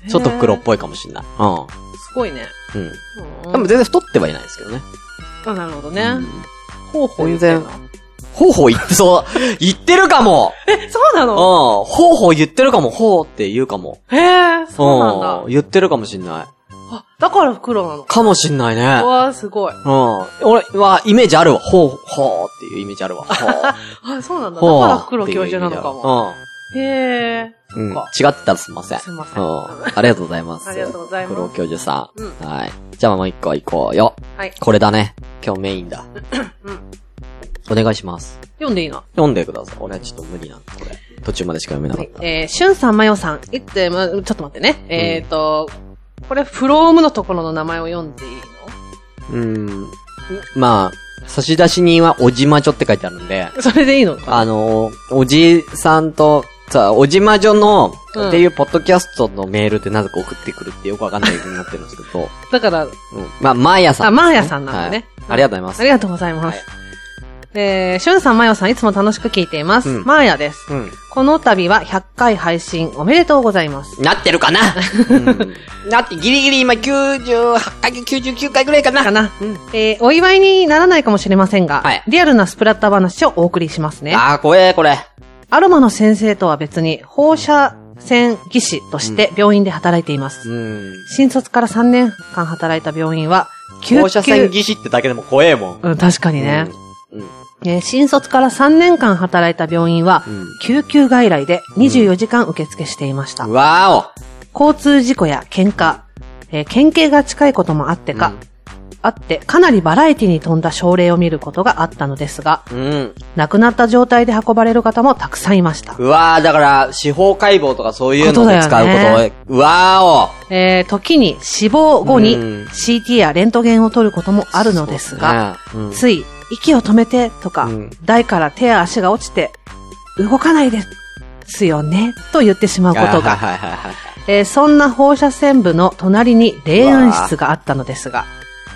Speaker 1: ちょっと袋っぽいかもしんない。うん。
Speaker 2: すごいね。
Speaker 1: うん。
Speaker 2: うん
Speaker 1: 多分全然太ってはいないですけどね。
Speaker 2: あ、なるほど
Speaker 1: う
Speaker 2: ね。
Speaker 1: ん。
Speaker 2: ほうほう言ってんの。
Speaker 1: ほうほう言ってそう。言ってるかも
Speaker 2: え、そうな
Speaker 1: うん。
Speaker 2: の
Speaker 1: ほうほう言ってるかも。ほうって言うかも。
Speaker 2: へえ、そうなんだ
Speaker 1: ん。言ってるかもしんない。
Speaker 2: あ、だから袋なの。
Speaker 1: かもしんないね。
Speaker 2: うわあ、すごい。
Speaker 1: うん。俺は、イメージあるわ。ほう、ほうっていうイメージあるわ。ほう。
Speaker 2: あ、そう なんだ。だ
Speaker 1: ほう。
Speaker 2: から袋教授なのかも。
Speaker 1: も。
Speaker 2: へえ。
Speaker 1: うん。うん。違
Speaker 2: そっ
Speaker 1: ってたらすいません。
Speaker 2: すいませ。
Speaker 1: うんん。ありがとうございます。
Speaker 2: ありがとうございます
Speaker 1: 黒教授さん。
Speaker 2: う
Speaker 1: はい。じゃあもう一個行こうよ。
Speaker 2: はい
Speaker 1: これだね。今日メインだ。
Speaker 2: うん
Speaker 1: お願いします。
Speaker 2: 読んでいいの
Speaker 1: 読んでください。俺はちょっと無理なんで、これ。途中までしか読めなかった。
Speaker 2: えー、しゅんさん、まよさん。えって、ま、ちょっと待ってね。えっと、これ、フロームのところの名前を読んでいいの
Speaker 1: うーん。まあ、差出人はおじまちょって書いてあるんで、
Speaker 2: それでいいのか
Speaker 1: あのー、おじさんと、さ、おじまじょの、
Speaker 2: うん
Speaker 1: っていうポッドキャストのメールってなぜか送ってくるってよくわかんないようになってるんですけど、
Speaker 2: だから、
Speaker 1: うん、まあ、マーヤさん、
Speaker 2: あマーヤさんなんだね
Speaker 1: はいありがとうござ
Speaker 2: あ
Speaker 1: いま
Speaker 2: りがとうございます。えー、しゅんさん、まよさん、いつも楽しく聞いています。
Speaker 1: うん
Speaker 2: まーやです。
Speaker 1: す。うん。
Speaker 2: この度は100回配信おめでとうございます。
Speaker 1: なってるかな、うん、なって、ギリギリ今98回、99回ぐらいかな
Speaker 2: かな、
Speaker 1: うん
Speaker 2: えーお祝いにならないかもしれませんが、
Speaker 1: はい
Speaker 2: リアルなスプラッター話をお送りしますね。
Speaker 1: あー、怖え、これ。
Speaker 2: アロマの先生とは別に放射線技師として病院で働いています。
Speaker 1: うん。
Speaker 2: 新卒から3年間働いた病院は、救急
Speaker 1: 放射線技師ってだけでも怖えもん。
Speaker 2: うん、確かにね、
Speaker 1: うん。
Speaker 2: えー新卒から3年間働いた病院は、
Speaker 1: うん
Speaker 2: 救急外来で24時間受付していました。
Speaker 1: うん。わ
Speaker 2: 交通事故や喧嘩、えー県警が近いこともあってか、あって、かなりバラエティに富んだ症例を見ることがあったのですが、
Speaker 1: おうん。
Speaker 2: 亡くなった状態で運ばれる方もたくさんいました。
Speaker 1: うわー、だから、司法解剖とかそういうので使うこと
Speaker 2: ことだよね
Speaker 1: うわーお
Speaker 2: えー時に死亡後に
Speaker 1: うん
Speaker 2: CT やレントゲンを取ることもあるのですが、
Speaker 1: そうね
Speaker 2: つい息を止めてとか、
Speaker 1: うん
Speaker 2: 台から手や足が落ちて、動かないですよね、と言ってしまう
Speaker 1: うん
Speaker 2: こと
Speaker 1: あ
Speaker 2: が、
Speaker 1: はいはいはいはい。
Speaker 2: えーそんな放射線部の隣に霊安室があったのですが、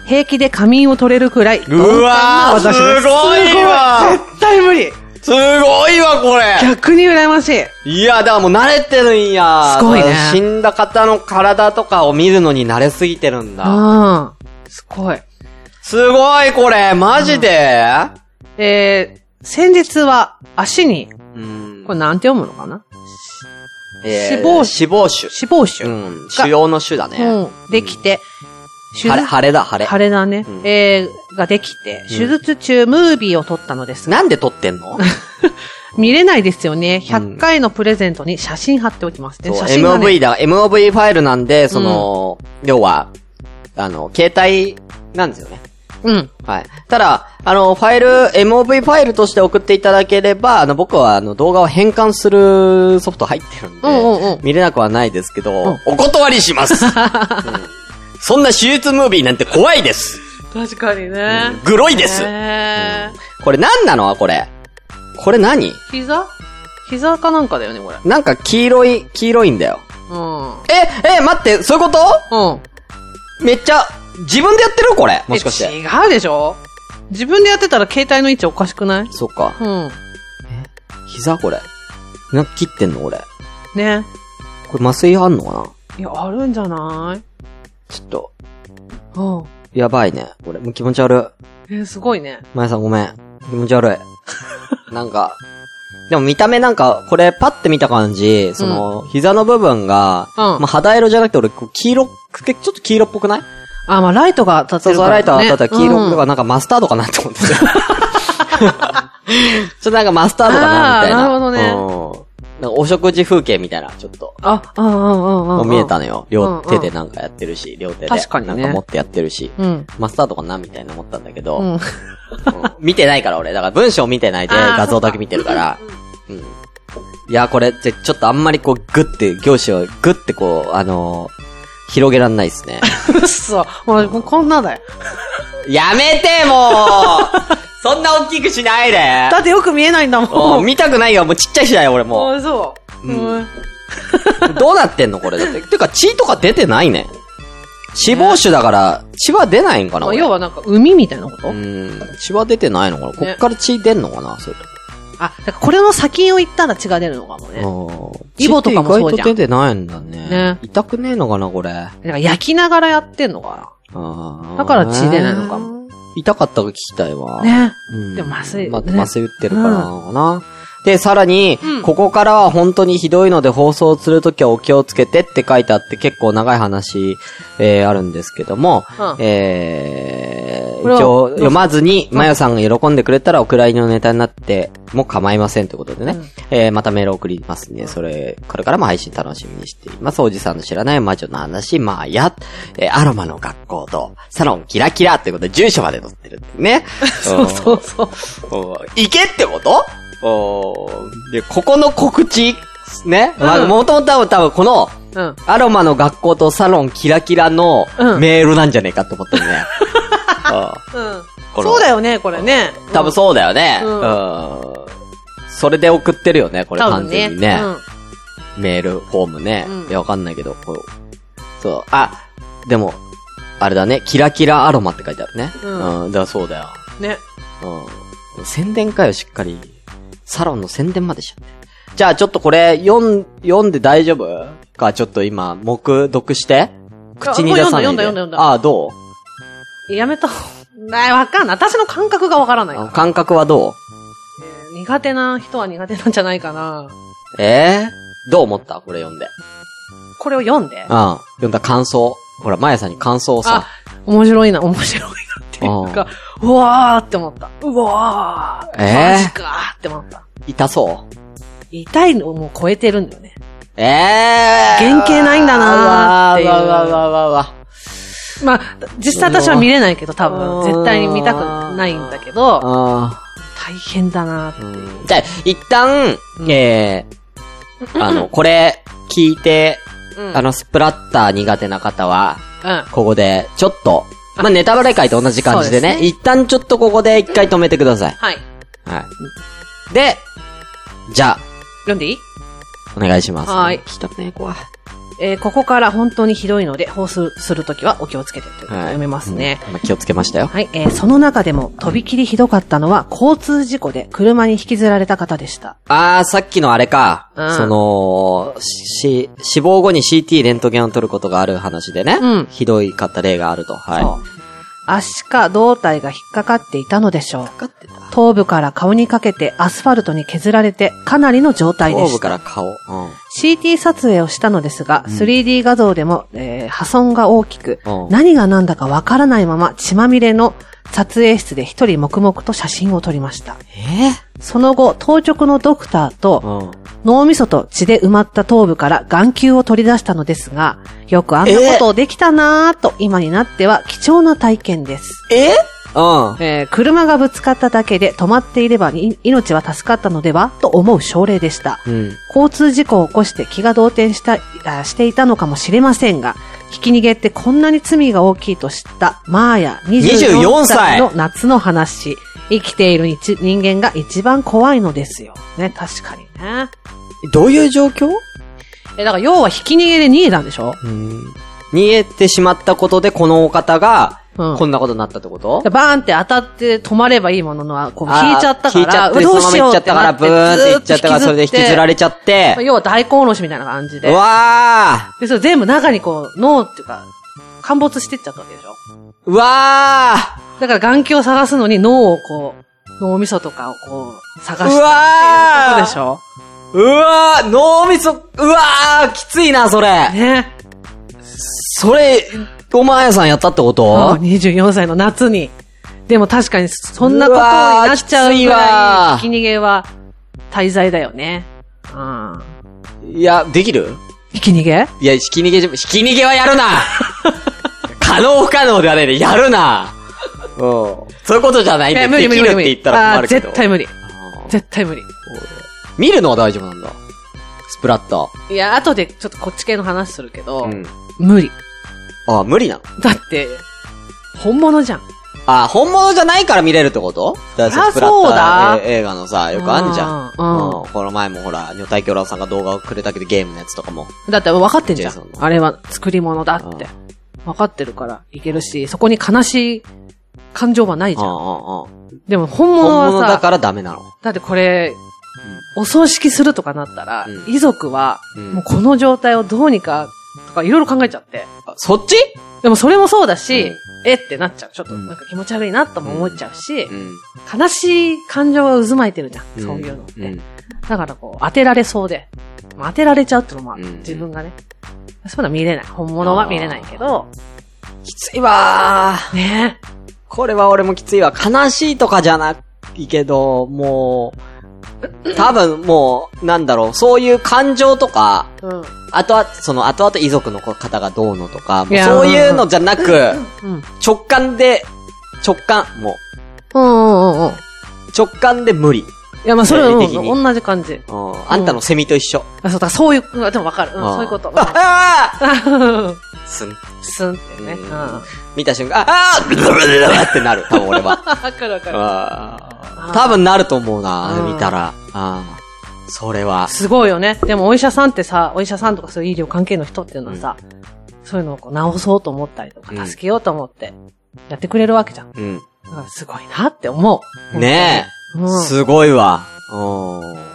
Speaker 2: 平気で仮眠を取れるくらい、鈍
Speaker 1: う
Speaker 2: 感な
Speaker 1: わー、
Speaker 2: 私です
Speaker 1: ごいわ
Speaker 2: 絶対無理
Speaker 1: すごいわ、これ
Speaker 2: 逆に羨ましい
Speaker 1: いや、だからもう慣れてるんや。
Speaker 2: すごいね
Speaker 1: 死んだ方の体とかを見るのに慣れすぎてるんだ。
Speaker 2: うん。すごい。
Speaker 1: すごい、これマジで
Speaker 2: えー、先日は足に、
Speaker 1: うん
Speaker 2: これなんて読むのかな
Speaker 1: えー
Speaker 2: 死亡
Speaker 1: 死亡種。
Speaker 2: 死亡腫。
Speaker 1: う
Speaker 2: うん。
Speaker 1: ん。腫瘍の種だね。
Speaker 2: できて、手
Speaker 1: 腫れ、腫れだ、腫れ。
Speaker 2: 腫れだね。
Speaker 1: うん
Speaker 2: えー、ができて、手術中、ムービーを撮ったのですが、
Speaker 1: なんで撮ってん の
Speaker 2: 見れないですよね。
Speaker 1: うん
Speaker 2: 100回のプレゼントに写真貼っておきますね。
Speaker 1: そう
Speaker 2: 写真がね
Speaker 1: MOV だ、MOV ファイルなんで、その、要は、あの、携帯なんですよね。
Speaker 2: うん。
Speaker 1: はい。ただ、あの、ファイル、MOV ファイルとして送っていただければ、あの、僕は、あの、動画を変換するソフト入ってるんで、
Speaker 2: うんうんうん
Speaker 1: 見れなくはないですけど、お断りし ます、うんそんな手術ムービーなんて怖いです
Speaker 2: 確かにね。
Speaker 1: グロいです、
Speaker 2: え
Speaker 1: これ何なのこれ。これ何
Speaker 2: ー、膝膝かなんかだよね、これ。
Speaker 1: なんか黄色い、黄色いんだよ。
Speaker 2: うん。
Speaker 1: え、え、待って、そういうこ
Speaker 2: うん。
Speaker 1: とめっちゃ、自分でやってるこれ。もしかし
Speaker 2: え
Speaker 1: て。
Speaker 2: 違うでしょ自分でやってたら携帯の位置おかしくない
Speaker 1: そっか。
Speaker 2: うん。
Speaker 1: 膝これ。なんか切ってんの俺。
Speaker 2: ね。
Speaker 1: これ麻酔あんのかない
Speaker 2: や、あるんじゃない
Speaker 1: ちょっと、
Speaker 2: うん。
Speaker 1: やばいね。これ、もう気持ち悪い。
Speaker 2: えーすごいね。
Speaker 1: まやさんごめん。気持ち悪 い。なんか、でも見た目なんか、これパッて見た感じ、その、膝の部分が、
Speaker 2: うん
Speaker 1: まあ、肌色じゃなくて俺、こう黄色くて、ちょっと黄色っぽくない
Speaker 2: あ、まあ、ライトが立って
Speaker 1: そう
Speaker 2: る
Speaker 1: そ
Speaker 2: か
Speaker 1: う、
Speaker 2: ら、
Speaker 1: ラ
Speaker 2: ね。
Speaker 1: イト当たったら黄色とか、
Speaker 2: うん
Speaker 1: なんかマスタードかなって 思ってた。ちょっとなんかマスタードかなみたいな。
Speaker 2: あーな
Speaker 1: ほ
Speaker 2: る
Speaker 1: どね。うん。なんかお食事風景みたいな、ちょっと。
Speaker 2: あ、うんうんうんうんうん。
Speaker 1: 見えたのよ。
Speaker 2: うんう
Speaker 1: 両
Speaker 2: ん
Speaker 1: 手でなんかやってるし、両手で。
Speaker 2: 確かにね
Speaker 1: なんか持ってやってるし。
Speaker 2: うん。
Speaker 1: マスタードかなみたいな思ったんだけど、
Speaker 2: う
Speaker 1: うん
Speaker 2: ん。
Speaker 1: 見てないから俺。だから文章見てないで
Speaker 2: あー
Speaker 1: 画像だけ見てるから。うん。いや、これ、ぜちょっとあんまりこう、グって、行詞をグってこう、あのー広げらんないですね。
Speaker 2: うっそ。もう、こんなだよ。
Speaker 1: やめて、 もうそんな大きくしないで
Speaker 2: だってよく見えないんだ
Speaker 1: も
Speaker 2: も。
Speaker 1: うん見たくないよ、もうちっちゃいしだよ、俺も
Speaker 2: あ、そう。
Speaker 1: うん
Speaker 2: うん。
Speaker 1: う。どうなってんの、これだって。てか、血とか出てないね。死亡種だから、血は出ないんかな、
Speaker 2: まあ
Speaker 1: 俺
Speaker 2: 要はなんか、海みたいなこと
Speaker 1: うん。血は出てないのかなこっから血出んのかな、それとも。
Speaker 2: あ、だからこれの先を行ったら血が出るのかもね。
Speaker 1: イ
Speaker 2: イボとかもそうじゃん
Speaker 1: 意外と出てないんだね。
Speaker 2: ね
Speaker 1: 痛くねえのかな、これ。だ
Speaker 2: なんか焼きながらやってんのか
Speaker 1: か
Speaker 2: だから血出ないのかも。
Speaker 1: 痛かったが聞きたいわ。
Speaker 2: な。ね。
Speaker 1: うん
Speaker 2: でも麻酔
Speaker 1: ま、
Speaker 2: ね
Speaker 1: 麻酔打ってるからなのかな。で、さらに、
Speaker 2: うん
Speaker 1: ここからは本当にひどいので放送するときはお気をつけてって書いてあって結構長い話、えーあるんですけども、
Speaker 2: うん
Speaker 1: え
Speaker 2: こ
Speaker 1: ー、
Speaker 2: れは
Speaker 1: 一応
Speaker 2: どうぞ
Speaker 1: 読まずに、まよさんが喜んでくれたらお蔵入りのネタになっても構いませんということでね、
Speaker 2: うん
Speaker 1: えー、またメール送りますね。それ、これからも配信楽しみにしています。おじさんの知らない魔女の話、まあや、えーアロマの学校と、サロンキラキラということで住所まで載ってるんです ね。
Speaker 2: そうそうそう。
Speaker 1: おー行けってことおーで、ここの告知、ね。ま
Speaker 2: う
Speaker 1: あ、
Speaker 2: ん
Speaker 1: もともとは多分この、
Speaker 2: うん。
Speaker 1: アロマの学校とサロンキラキラの
Speaker 2: うん
Speaker 1: メールなんじゃねえかと思った よね。あ
Speaker 2: うん。
Speaker 1: この
Speaker 2: そうだよね、これね。
Speaker 1: ー多分そうだよね。
Speaker 2: う
Speaker 1: うんん。それで送ってるよね、こ
Speaker 2: うん
Speaker 1: れ完全にね。
Speaker 2: うん
Speaker 1: メールフォームね。
Speaker 2: うん
Speaker 1: いや、わかんないけど、こうそう。あ、でも、あれだね、キラキラアロマって書いてあるね。
Speaker 2: うん
Speaker 1: うん、だからそうだよ。
Speaker 2: ね。
Speaker 1: うん。宣伝かよ、しっかり。サロンの宣伝までしちゃって。じゃあ、ちょっとこれ、読ん、読んで大丈夫か、ちょっと今、目読して。口に出さないで。
Speaker 2: あもう読んだ読んだ読んだ
Speaker 1: ああ、ど
Speaker 2: やめた。ない、わかんない。私の感覚がわからな
Speaker 1: う
Speaker 2: い
Speaker 1: あ感覚はどう
Speaker 2: 苦手な人は苦手なんじゃないかな。
Speaker 1: ええどう思ったこれ読んで。
Speaker 2: これを読んで。
Speaker 1: うん。読んだ感想。ほら、まやさんに感想をさ
Speaker 2: あ。、面白いな、面白いなっていうか、うわーって思った。うわー。
Speaker 1: えー
Speaker 2: マジかーって思った。
Speaker 1: 痛そう。
Speaker 2: 痛いのをもう超えてるんだよね。
Speaker 1: ええ
Speaker 2: 原型ないんだなーっていう
Speaker 1: わわわわわわ。
Speaker 2: まあ、実際私は見れないけど、多分、絶対に見たくないんだけど、
Speaker 1: あ
Speaker 2: 大変だなー
Speaker 1: あ。うんじゃあ、一旦、ええあ の、これ、聞いて、
Speaker 2: うん
Speaker 1: あの、スプラッター苦手な方は、
Speaker 2: うん。
Speaker 1: ここで、ちょっと、まあ、ネタバレ会と同じ感じで
Speaker 2: そう
Speaker 1: ね、
Speaker 2: ですね
Speaker 1: 一旦ちょっとここで一回止めてください。
Speaker 2: はい。
Speaker 1: はい。で、じゃあ、
Speaker 2: 読んでいい
Speaker 1: お願いします。
Speaker 2: はーい
Speaker 1: 来たね、怖い。
Speaker 2: えーここから本当にひどいので、放送するときはお気をつけてということで読めますね。
Speaker 1: うん。まあ気をつけましたよ。
Speaker 2: はい、えーその中でも、とびきりひどかったのは、交通事故で車に引きずられた方でした。
Speaker 1: あー、さっきのあれか。
Speaker 2: うん
Speaker 1: その、し、死亡後に CT レントゲンを取ることがある話でね。
Speaker 2: うん
Speaker 1: ひどいかった例があると。はい。
Speaker 2: そう。足か胴体が引っかかっていたのでしょう。
Speaker 1: かってた。
Speaker 2: 頭部から顔にかけてアスファルトに削られて、かなりの状態で
Speaker 1: 頭
Speaker 2: し
Speaker 1: 部か
Speaker 2: た。
Speaker 1: ら顔。うん。
Speaker 2: CT 撮影をしたのですが、3D 画像でも、えー破損が大きく、
Speaker 1: うん
Speaker 2: 何が何だかわからないまま血まみれの撮影室で一人黙々と写真を撮りました。
Speaker 1: え
Speaker 2: その後、当直のドクターと、
Speaker 1: うん。
Speaker 2: 脳みそと血で埋まった頭部から眼球を取り出したのですが、よくあんなことをできたなぁと今になっては貴重な体験です。
Speaker 1: えうん。
Speaker 2: えー車がぶつかっただけで止まっていればに命は助かったのではと思う症例でした。
Speaker 1: うん。
Speaker 2: 交通事故を起こして気が動転した、あしていたのかもしれませんが、ひき逃げってこんなに罪が大きいと知った、マーヤ24
Speaker 1: 24
Speaker 2: 歳
Speaker 1: 歳
Speaker 2: の夏の話。生きている一人間が一番怖いのですよ。ね、確かにね。
Speaker 1: どういう状況
Speaker 2: え、だから要はひき逃げで逃げたんでしょ
Speaker 1: 逃げてしまったことで、このお方が、
Speaker 2: うん
Speaker 1: こんなことになったってこと
Speaker 2: でバーンって当たって止まればいいもののは、こう
Speaker 1: あー
Speaker 2: 引いちゃったから、
Speaker 1: 引いちゃって、
Speaker 2: う
Speaker 1: そ
Speaker 2: わ
Speaker 1: のま
Speaker 2: どう
Speaker 1: ま
Speaker 2: し
Speaker 1: 行
Speaker 2: よ
Speaker 1: っちゃっ
Speaker 2: うっ
Speaker 1: てたか
Speaker 2: な
Speaker 1: ら、
Speaker 2: って
Speaker 1: ブーンって行っちゃったから、
Speaker 2: ず
Speaker 1: そ
Speaker 2: ー
Speaker 1: れで引きずられちゃっ
Speaker 2: まあ
Speaker 1: て、
Speaker 2: 要は大根おろしみたいな感じ
Speaker 1: う
Speaker 2: で。
Speaker 1: わ
Speaker 2: で、それ全部中にこう、脳っていうか、陥没してっちゃったわけでしょ
Speaker 1: ーうわー
Speaker 2: だから眼球を探すのに脳をこう、脳みそとかをこう、探して
Speaker 1: うわー
Speaker 2: っていうことでしょ
Speaker 1: うわー、脳みそ、うわー、きついな、それ。
Speaker 2: ね。
Speaker 1: それ、お前さんやったってこと
Speaker 2: 24歳の夏に。でも確かに、そんなことになっちゃうぐ
Speaker 1: う
Speaker 2: ら
Speaker 1: わー
Speaker 2: い、
Speaker 1: きついわー
Speaker 2: ひき逃げは、滞在だよね。うん。
Speaker 1: いや、できる
Speaker 2: ひき逃げ
Speaker 1: いや、引き逃げじゃ、引き逃げはやるな 可能不可能ではねえで、やるなうん。そういうことじゃないんで、できるって言ったら
Speaker 2: あ
Speaker 1: 困
Speaker 2: ー
Speaker 1: るけど。
Speaker 2: 絶対無理。
Speaker 1: うん
Speaker 2: 絶対無理。
Speaker 1: 見るのは大丈夫なんだ。スプラッタ
Speaker 2: いや、後でちょっとこっち系の話するけど、
Speaker 1: ー。うん。
Speaker 2: 無理。
Speaker 1: あ、無理なの
Speaker 2: だって、本物じゃん。
Speaker 1: あ、本物じゃないから見れるってことだ
Speaker 2: そりゃそうだ
Speaker 1: スプラッターえ映画のさ、よくあんじゃん。
Speaker 2: うんうん
Speaker 1: うんこの前もほら、女体狂乱さんが動画をくれたけど、ゲームのやつとかも。
Speaker 2: だって分かってんじゃ
Speaker 1: ジェイ
Speaker 2: ん
Speaker 1: ソン。の
Speaker 2: あれは作り物だって。分かってるからいけるし、そこに悲しい感情はないじゃん。
Speaker 1: ああ
Speaker 2: でも本物
Speaker 1: 本物
Speaker 2: は
Speaker 1: だ
Speaker 2: さ、だ
Speaker 1: からダメなの。
Speaker 2: ってこれ、お葬式するとかなったら、
Speaker 1: うん
Speaker 2: 遺族は、
Speaker 1: うん
Speaker 2: もうこの状態をどうにか、とかいろいろ考えちゃって。
Speaker 1: あそっち
Speaker 2: でもそれもそうだし、
Speaker 1: うん
Speaker 2: えってなっちゃう。ちょっと
Speaker 1: うん
Speaker 2: なんか気持ち悪いなとも思っちゃうし、
Speaker 1: ん。
Speaker 2: 悲しい感情が渦巻いてるじゃん、そういうのって。
Speaker 1: ん
Speaker 2: だからこう、当てられそうで。まあ当てられちゃうってのもある、
Speaker 1: うん
Speaker 2: 自分がね。そういうのは見れない。本物は見れないけど、
Speaker 1: きついわー。
Speaker 2: ね
Speaker 1: これは俺もきついわ。悲しいとかじゃないけど、もう、多分もう、なんだろう、そういう感情とか、
Speaker 2: え。うん。
Speaker 1: あとは、その、後々遺族の方がどうのとか、も
Speaker 2: いうや
Speaker 1: そういうのじゃなく、
Speaker 2: うん。
Speaker 1: 直感で、直感、も
Speaker 2: うんうんうんうん。
Speaker 1: う、直感で無理。
Speaker 2: いや、まあそれは
Speaker 1: 生
Speaker 2: う
Speaker 1: 理
Speaker 2: ん
Speaker 1: 的に
Speaker 2: 同じ感じ。
Speaker 1: うん。あんたのセミと一緒。
Speaker 2: あそうだ、そういう、うんでもわかる。うん、
Speaker 1: ん
Speaker 2: そういうこと。わか
Speaker 1: あ あ
Speaker 2: る
Speaker 1: すん。
Speaker 2: すんってね。
Speaker 1: う
Speaker 2: うんん。わ
Speaker 1: 見た瞬間、ああブルブルブルブルってなる、多分俺は。
Speaker 2: かるわかる。
Speaker 1: あー多分なると思うな、
Speaker 2: うん
Speaker 1: 見たら。あーそれは。
Speaker 2: すごいよね。でもお医者さんってさ、お医者さんとかそういう医療関係の人っていうのはさ、そういうのをこう治そうと思ったりと
Speaker 1: うん
Speaker 2: か、助けようと思って、やってくれるわけじゃん。
Speaker 1: うん。
Speaker 2: だからすごいなって思う。
Speaker 1: ね
Speaker 2: え。
Speaker 1: え。
Speaker 2: うん。
Speaker 1: すごいわ。うん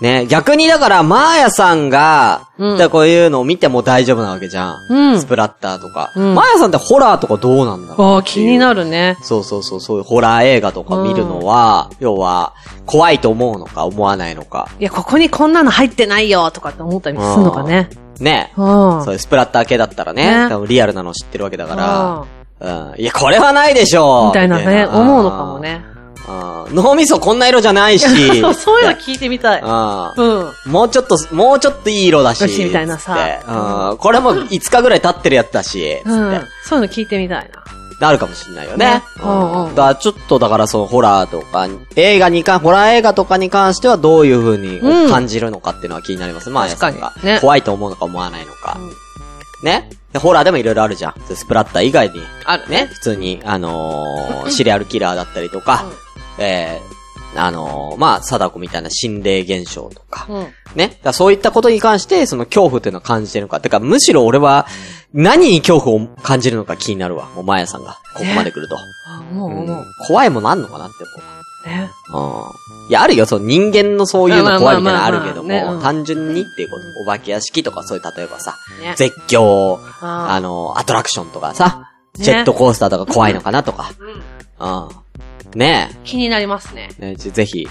Speaker 1: ねえ逆にだから、マーヤさんが、
Speaker 2: うん
Speaker 1: だからこういうのを見ても大丈夫なわけじゃん。
Speaker 2: うん
Speaker 1: スプラッターとか。
Speaker 2: うん
Speaker 1: マーヤさんってホラーとかどうなんだろう
Speaker 2: ああ、気になるね。
Speaker 1: そうそうそう、そういうホラー映画とか見るのは、要は、怖いと思うのか思わないのか。
Speaker 2: いや、ここにこんなの入ってないよとかって思ったりするのかね。
Speaker 1: ね
Speaker 2: う
Speaker 1: え。
Speaker 2: ん。
Speaker 1: そういうスプラッター系だったらね、
Speaker 2: ね
Speaker 1: 多分リアルなの知ってるわけだから、うん。いや、これはないでしょ
Speaker 2: みたいなね、思うのかも。ね。
Speaker 1: あー脳みそこんな色じゃないし。
Speaker 2: そうそういうの聞いてみたい。
Speaker 1: あー
Speaker 2: うん。
Speaker 1: もうちょっと、もうちょっといい色だし。
Speaker 2: よしみたいなさ
Speaker 1: つってうんこれも5日ぐらい経ってるやつだし、つ
Speaker 2: う
Speaker 1: って
Speaker 2: ん。そういうの聞いてみたいな。
Speaker 1: なるかもしんないよね
Speaker 2: ね。
Speaker 1: うん
Speaker 2: うんうん
Speaker 1: だからちょっとだからそのホラーとか、映画に関、ホラー映画とかに関してはどういう風に
Speaker 2: うん
Speaker 1: 感じるのかっていうのは気になります。まあ、
Speaker 2: 確かに
Speaker 1: やすさんが
Speaker 2: ね
Speaker 1: 怖いと思うのか思わないのか。ねでホラーでもいろいろあるじゃん。スプラッター以外に。
Speaker 2: ある
Speaker 1: ね。普通に、あのー、シリアルキラーだったりとか、えー、あのー、まあ、貞子みたいな心霊現象とか、
Speaker 2: うん。
Speaker 1: ね。だからそういったことに関して、その恐怖っていうのを感じてるのか。てか、むしろ俺は、何に恐怖を感じるのか気になるわ。もう、マヤさんが、ここまで来ると。
Speaker 2: あ思う
Speaker 1: うん
Speaker 2: 思う。
Speaker 1: 怖いものあんのかなって
Speaker 2: ね。
Speaker 1: 思う。うん。いや、あるよ、その人間のそういうの怖いみたいなのあるけど
Speaker 2: まあまあまあまあねう
Speaker 1: も、
Speaker 2: ん
Speaker 1: 単純にっていうこと。お化け屋敷とか、そういう、例えばさ、
Speaker 2: ね
Speaker 1: 絶叫、
Speaker 2: あー
Speaker 1: あの、アトラクションとかさ、
Speaker 2: ね
Speaker 1: ジェットコースターとか怖いのかなとか。
Speaker 2: うん
Speaker 1: うん。ね
Speaker 2: 気になりますね。
Speaker 1: え。ねぜぜひ。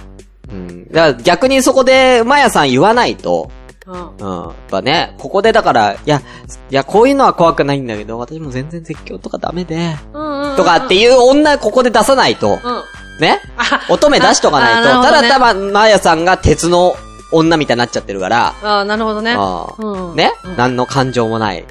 Speaker 1: うん。だから逆にそこで、マヤさん言わないと、
Speaker 2: うん。
Speaker 1: うん。やっぱね、ここでだから、いや、いや、こういうのは怖くないんだけど、私も全然絶叫とかダメで、
Speaker 2: うん
Speaker 1: とかっていう女ここで出さないと、
Speaker 2: うん。
Speaker 1: ね乙女出しとかないと、
Speaker 2: ああなるほ
Speaker 1: た
Speaker 2: どね
Speaker 1: だただ、マヤさんが鉄の女みたいになっちゃってるから、
Speaker 2: ああ、なるほどね。
Speaker 1: ああ
Speaker 2: うん。
Speaker 1: ね、
Speaker 2: うん
Speaker 1: 何の感情もない。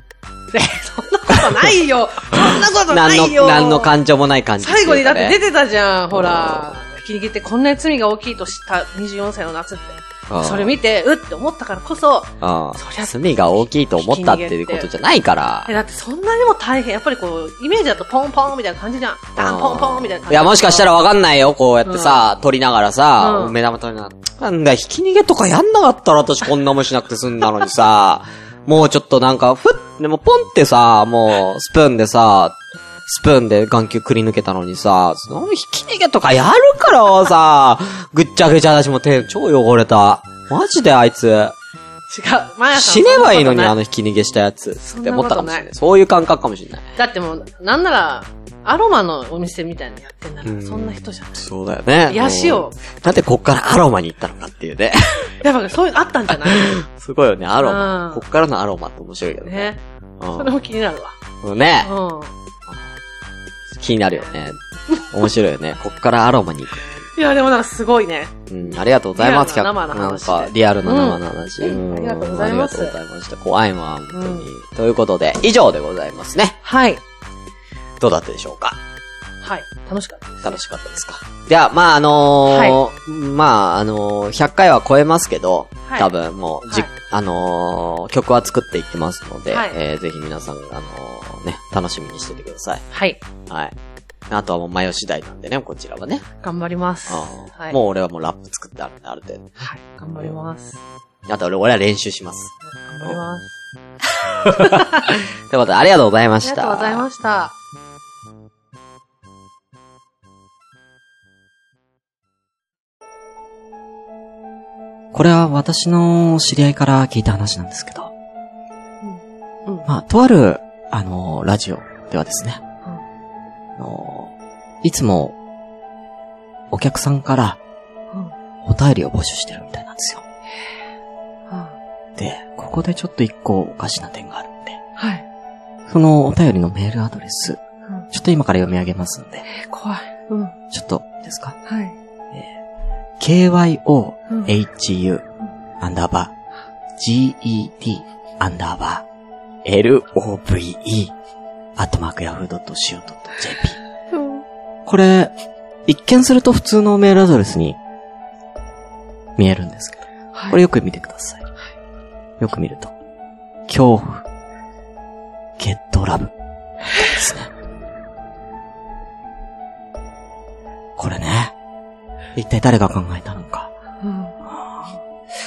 Speaker 2: そんなことな いよ。そんなことな
Speaker 1: 何の
Speaker 2: い、よ。
Speaker 1: 何の感情もない感じ、
Speaker 2: 最後にだって出
Speaker 1: て、
Speaker 2: てたじゃん、ほら。ひき逃げってこんなに罪が大きいとした24歳の夏って。
Speaker 1: うん
Speaker 2: それ見て、うって思ったからこそ、
Speaker 1: うん。
Speaker 2: そりゃ
Speaker 1: 罪が大きいと思ったっていうことじゃないから
Speaker 2: え、。だってそんなにも大変、やっぱりこう、イメージだとポンポンみたいな感じじゃん。ダンポンポンみたいな感じ。
Speaker 1: いや、もしかしたらわかんないよ。こうやってさ、撮りながらさ、
Speaker 2: うん
Speaker 1: 目玉撮りながら。なんだ、引き逃げとかやんなかったら私こんなもんしなくて済んだのに さ、もうちょっとなんか、ふっ、でもポンってさ、もう、スプーンでさ、スプーンで眼球くり抜けたのにさ、その引き逃げとかやるからさ、ぐっちゃぐちゃだしもう手超汚れた。マジであいつ、
Speaker 2: 違う。マヤさ
Speaker 1: 死
Speaker 2: ん
Speaker 1: ねばいいのに
Speaker 2: そん
Speaker 1: あ
Speaker 2: なこ
Speaker 1: の引き逃げしたやつ
Speaker 2: そ
Speaker 1: っ
Speaker 2: ん
Speaker 1: て
Speaker 2: な
Speaker 1: 思
Speaker 2: こ
Speaker 1: ったか
Speaker 2: と
Speaker 1: もし
Speaker 2: ない
Speaker 1: れない。そういう感覚かもしれない。
Speaker 2: とないだってもう、なんなら、アロマのお店みたいにやってんな
Speaker 1: うん
Speaker 2: ら、そんな人じゃない。
Speaker 1: そうだよね。
Speaker 2: 癒しを
Speaker 1: うん。なんでこっからアロマに行ったのかっていうね。
Speaker 2: やっぱそういうのあったんじゃない
Speaker 1: すごいよね、アロマ。
Speaker 2: うん
Speaker 1: こっからのアロマって面白いよね。
Speaker 2: ね。それ
Speaker 1: う
Speaker 2: も気になるわ。
Speaker 1: ん。ね、
Speaker 2: うん。
Speaker 1: 気になるよね。面白いよね。こっからアロマに行く。
Speaker 2: いや、でもなんかすごいね。
Speaker 1: うん、ありがとうございます、
Speaker 2: リアルな生の
Speaker 1: なん
Speaker 2: 話
Speaker 1: か、リアルな生の話。
Speaker 2: うんありがとうございます
Speaker 1: ありがとうございました。怖いわ、本当に。ということで、以上でございますね。
Speaker 2: はい。
Speaker 1: どうだったでしょうか
Speaker 2: はい。楽しかったです。
Speaker 1: 楽しかったですかでは、まあ、あのーまあ、あのー100回は超えますけど、
Speaker 2: はい
Speaker 1: 多分もう、じ、
Speaker 2: はい
Speaker 1: あのー曲は作っていってますので、
Speaker 2: はい
Speaker 1: えーぜひ皆さん、あのーね、楽しみにしててください。
Speaker 2: はい。
Speaker 1: はい。あとはもう、マヨ次第なんでね、こちらはね。
Speaker 2: 頑張ります。
Speaker 1: あー
Speaker 2: はい。
Speaker 1: もう俺はもうラップ作ってあるんで、ある程
Speaker 2: はい。頑張ります。
Speaker 1: 度。あと俺俺は練習します。
Speaker 2: 頑張ります。
Speaker 1: ということで、ありがとうございま
Speaker 2: あ
Speaker 1: し
Speaker 2: り
Speaker 1: た。
Speaker 2: がとうございました。
Speaker 1: これは私の知り合いから聞いた話なんですけど。
Speaker 2: うんうん
Speaker 1: まあ、とある、あの、ラジオではですね。あの、いつも、お客さんから、お便りを募集してるみたいなんですよ。で、ここでちょっと一個おかしな点があるんで、
Speaker 5: はい。
Speaker 1: そのお便りのメールアドレス
Speaker 5: ん、
Speaker 1: ちょっと今から読み上げますんで、
Speaker 5: 怖い。うん。は
Speaker 1: ちょっと、いいですか
Speaker 5: い。
Speaker 1: ?kyohu
Speaker 5: うん
Speaker 1: アンダーバー ged アンダーバー love アットマークヤフー .co.jp これ、一見すると普通のメールアドレスに見えるんですけど、
Speaker 5: はい
Speaker 1: これよく見てください。よく見ると、恐怖、ゲットラブですね。これね、一体誰が考えたのか。
Speaker 5: うん。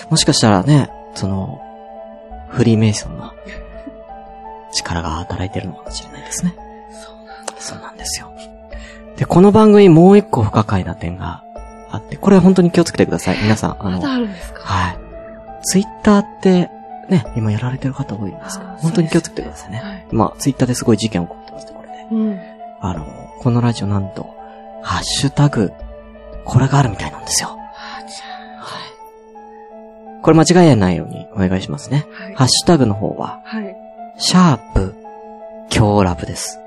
Speaker 1: もしかしたらね、その、フリーメイソンの力が働いてるのかもしれないですね。そうなんですよ。で、この番組もう一個不可解な点があって、これ本当に気をつけてください。皆さん、あ
Speaker 5: まだ
Speaker 1: の、
Speaker 5: あるんですか
Speaker 1: はい。ツイッターって、ね、今やられてる方多いんですけど、
Speaker 5: あー
Speaker 1: 本当に気をつけてくださいね。
Speaker 5: はい
Speaker 1: まあ、ツイッターですごい事件起こってまして、これで。
Speaker 5: うん。
Speaker 1: あの、このラジオなんと、ハッシュタグ、これがあるみたいなんですよ。はい。これ間違えないようにお願いしますね。
Speaker 5: はい
Speaker 1: ハッシュタグの方は、
Speaker 5: はい。
Speaker 1: シャープ、強ラブです。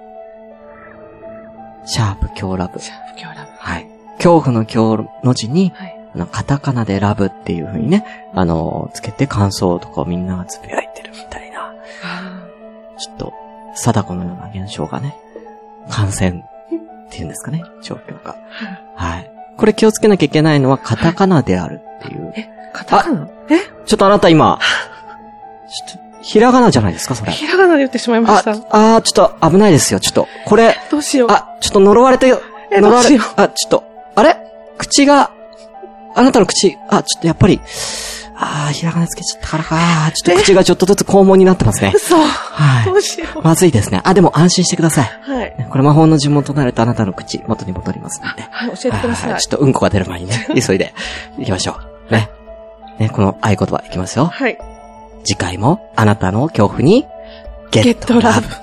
Speaker 1: シャープ、強ラブ。
Speaker 5: 不況ラブ。
Speaker 1: はい。恐怖の強の字に、
Speaker 5: はい。
Speaker 1: あの、カタカナでラブっていう風にね、あの、つけて感想とかをみんながつぶやいてるみたいな、
Speaker 5: あ
Speaker 1: ちょっと、貞子のような現象がね、感染っていうんですかね、状況が。はい。これ気をつけなきゃいけないのはカタカナであるっていう。
Speaker 5: ーカタカナ
Speaker 1: ちょっとあなた今、ちょっと、ひらがなじゃないですか、それ。
Speaker 5: ひらがなで言ってしまいま
Speaker 1: あ
Speaker 5: した。、
Speaker 1: あーちょっと危ないですよ、ちょっと。これ、
Speaker 5: どうしよう。
Speaker 1: あ、ちょっと呪われて、
Speaker 5: え
Speaker 1: 呪わ
Speaker 5: どうし
Speaker 1: れ
Speaker 5: よ、
Speaker 1: あ、ちょっと、あれ口が、あなたの口、あ、ちょっとやっぱり、あーひらがなつけちゃったからか、ちょっと口がちょっとずつ肛門になってます ね。
Speaker 5: 嘘。
Speaker 1: はい
Speaker 5: ど。うしよう。
Speaker 1: まずいですね。あ、でも安心してください。
Speaker 5: はい。
Speaker 1: これ魔法の呪文となるとあなたの口、元に戻りますので。
Speaker 5: はい、教えてくださ
Speaker 1: はいい。ちょっとうんこが出る前に ね、急いで行きましょう。ね。ね、この合言葉いきますよ。
Speaker 5: はい。
Speaker 1: 次回もあなたの恐怖にゲ
Speaker 5: ゲ
Speaker 1: ッ
Speaker 5: ット
Speaker 1: トラ
Speaker 5: ラ
Speaker 1: ブ
Speaker 5: ブ。。